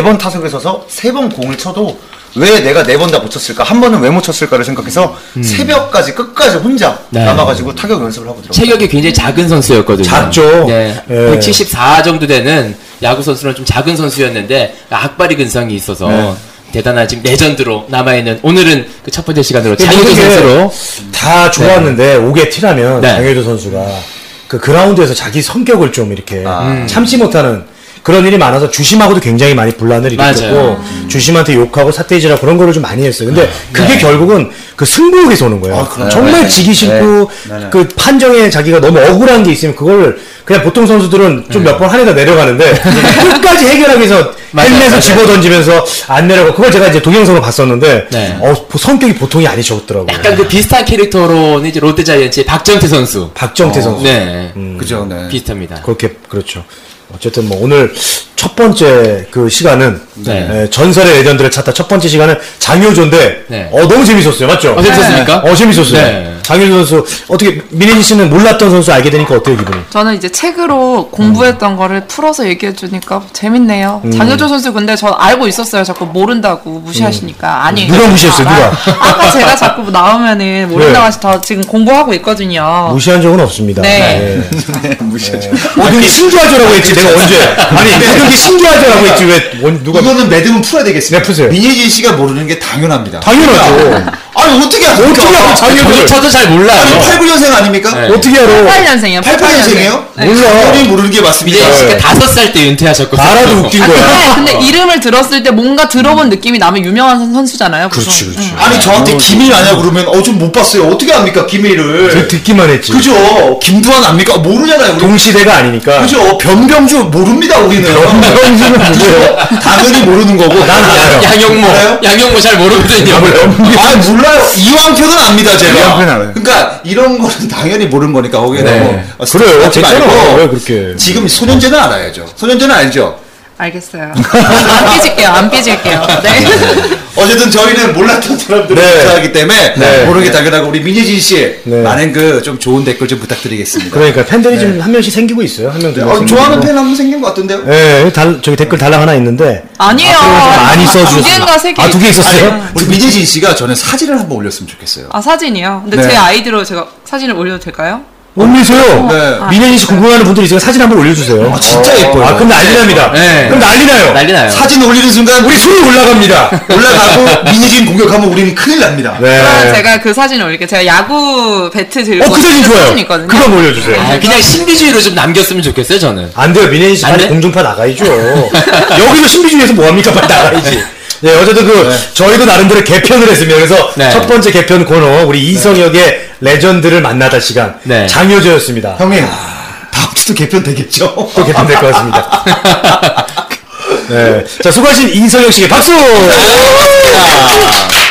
네 번 타석에 서서 세 번 공을 쳐도 왜 내가 네 번 다 못 쳤을까? 한 번은 왜 못 쳤을까를 생각해서 음. 새벽까지 끝까지 혼자 네. 남아가지고 타격 연습을 하고 들어가요. 체격이 굉장히 작은 선수였거든요. 작죠. 네. 예. 174 정도 되는 야구 선수는 좀 작은 선수였는데 악바리 근성이 있어서 네. 대단한 지금 레전드로 남아있는 오늘은 그 첫 번째 시간으로 장효조 모든 게 선수로 다 좋았는데 오게 티라면 네. 장효조 선수가 그 그라운드에서 자기 성격을 좀 이렇게 아. 음. 참지 못하는 그런 일이 많아서 주심하고도 굉장히 많이 분란을 일으켰고 맞아요. 음. 주심한테 욕하고 사태질하고 그런 거를 좀 많이 했어요. 네. 근데 그게 결국은 그 승부욕에서 오는 거예요. 아, 그렇죠. 정말 지기 네. 싫고 그 판정에 자기가 너무 억울한 게 있으면 그걸 그냥 보통 선수들은 좀 몇 번 한 해다 내려가는데 끝까지 해결하기 위해서 네. 맞아요, 맞아요. 헬멧을 집어 던지면서 안 내려가고 그걸 제가 이제 동영상으로 봤었는데 네. 어, 성격이 보통이 아니셨더라고요. 약간 그 비슷한 캐릭터로는 이제 롯데자이언츠의 박정태 선수. 박정태 선수. 음. 네. 그죠. 네. 비슷합니다. 그렇게 그렇죠. 어쨌든 뭐 오늘 첫 번째 그 시간은 네. 예, 전설의 레전드를 찾다 첫 번째 시간은 장효조인데 네. 어 너무 재밌었어요, 맞죠? 어, 재밌었습니까? 어 재밌었어요. 네. 장효조 선수 어떻게 민혜진 씨는 몰랐던 선수 알게 되니까 어때요 기분이? 저는 이제 책으로 공부했던 거를 풀어서 얘기해 주니까 재밌네요. 장효조 선수 근데 전 알고 있었어요. 자꾸 모른다고 무시하시니까. 아니. 누가 무시했어요, 아, 누가? 아, 아까 제가 자꾸 나오면은 네. 모른다고 하시 더 지금 공부하고 있거든요. 무시한 적은 없습니다. 네. 예. 무시하죠. 모든 게 신조하죠라고 했지 내가 언제? 아니 모든 게 신조하죠라고 했지 왜 원- 누가? 이거는 매듭은 풀어야 되겠습니다. 네, 푸세요. 민예진 씨가 모르는 게 당연합니다. 당연하죠. 아니 어떻게 아십니까? 어떻게 알아, 장효조를? 저조차도 잘 몰라요. 아니 89년생 아닙니까? 네. 어떻게 알아? 네. 88년생이요. 네. 88년생이에요? 몰라. 네. 당연히 모르는 게 민재 맞습니다. 네. 씨가 다섯 살 때 은퇴하셨거든요. 나라도 웃긴 아, 거야. 어. 근데, 근데 이름을 들었을 때 뭔가 들어본 느낌이 나면 유명한 선수잖아요. 네. 그래서 그렇지, 그렇지. 아니 저한테 기밀 아냐 그러면 어 좀 못 봤어요. 어떻게 압니까 네. 그 기밀을? 듣기만 했지. 그죠? 김두한 압니까? 모르잖아요. 우리. 동시대가 아니니까. 그죠? 변병주 모릅니다 어. 우리는. 네. 변병주는 그죠? 당연히 모르는 거고. 네. 난 알아요. 네. 양영모. 알아요? 양영모 잘 모르거든요. 아 몰라요. 이왕표는 압니다 제가. 이왕표는 알아요. 그러니까 이런 거는 당연히 모르는 거니까 거기에 네. 너무 어, 스트레스 그래요. 받지 제대로 말고 알아요, 그렇게. 지금 소년제는 알아야죠. 소년제는 알죠. 알겠어요. 안 삐질게요. 안 삐질게요. 네. 어쨌든 저희는 몰랐던 사람들을 네. 조사하기 때문에 모르는 게 당연하고 우리 민예진 씨 네. 많은 그 좀 좋은 댓글 좀 부탁드리겠습니다. 그러니까 팬들이 지금 한 명씩 생기고 있어요. 한 명, 두 명. 네. 어, 생기고. 좋아하는 팬 한 분 생긴 것 같은데요? 예, 달, 저기 댓글 달랑 하나 있는데. 아니에요. 앞으로 좀 많이 써주셨어요. 두 개인가 세 개. 아, 두 개 아니, 있었어요? 우리 민예진 씨가 전에 사진을 한번 올렸으면 좋겠어요. 아, 사진이요. 근데 네. 제 아이디로 제가 사진을 올려도 될까요? 올리세요. 아. 네. 민현이 씨 궁금하는 분들 있으면 사진 한번 올려주세요. 아, 진짜 예뻐요. 아, 그럼 난리 납니다. 네. 그럼 난리 나요. 난리 나요. 사진 올리는 순간 우리 우리 수위 올라갑니다. 올라가고 민예진 공격하면 우리는 큰일 납니다. 네. 그럼 제가 그 사진을 올릴게요. 제가 야구 배트 들고 어, 그 사진 있는 좋아요. 사진이 있거든요. 그거 올려주세요. 아, 그냥 신비주의로 좀 남겼으면 좋겠어요, 저는. 안 돼요. 민현이 씨 안 빨리 돼? 공중파 나가야죠. 여기서 신비주의에서 뭐합니까? 빨리 나가야지. 네, 어쨌든 그, 저희도 나름대로 개편을 했습니다. 그래서 네. 첫 번째 개편 코너, 우리 이성혁의 레전드를 만나다 시간. 네. 장효조였습니다. 형님 다음 팟캐스트 개편 되겠죠. 또 개편될 것 같습니다. 네. 네. 자, 수고하신 이성혁 씨께 박수! 아.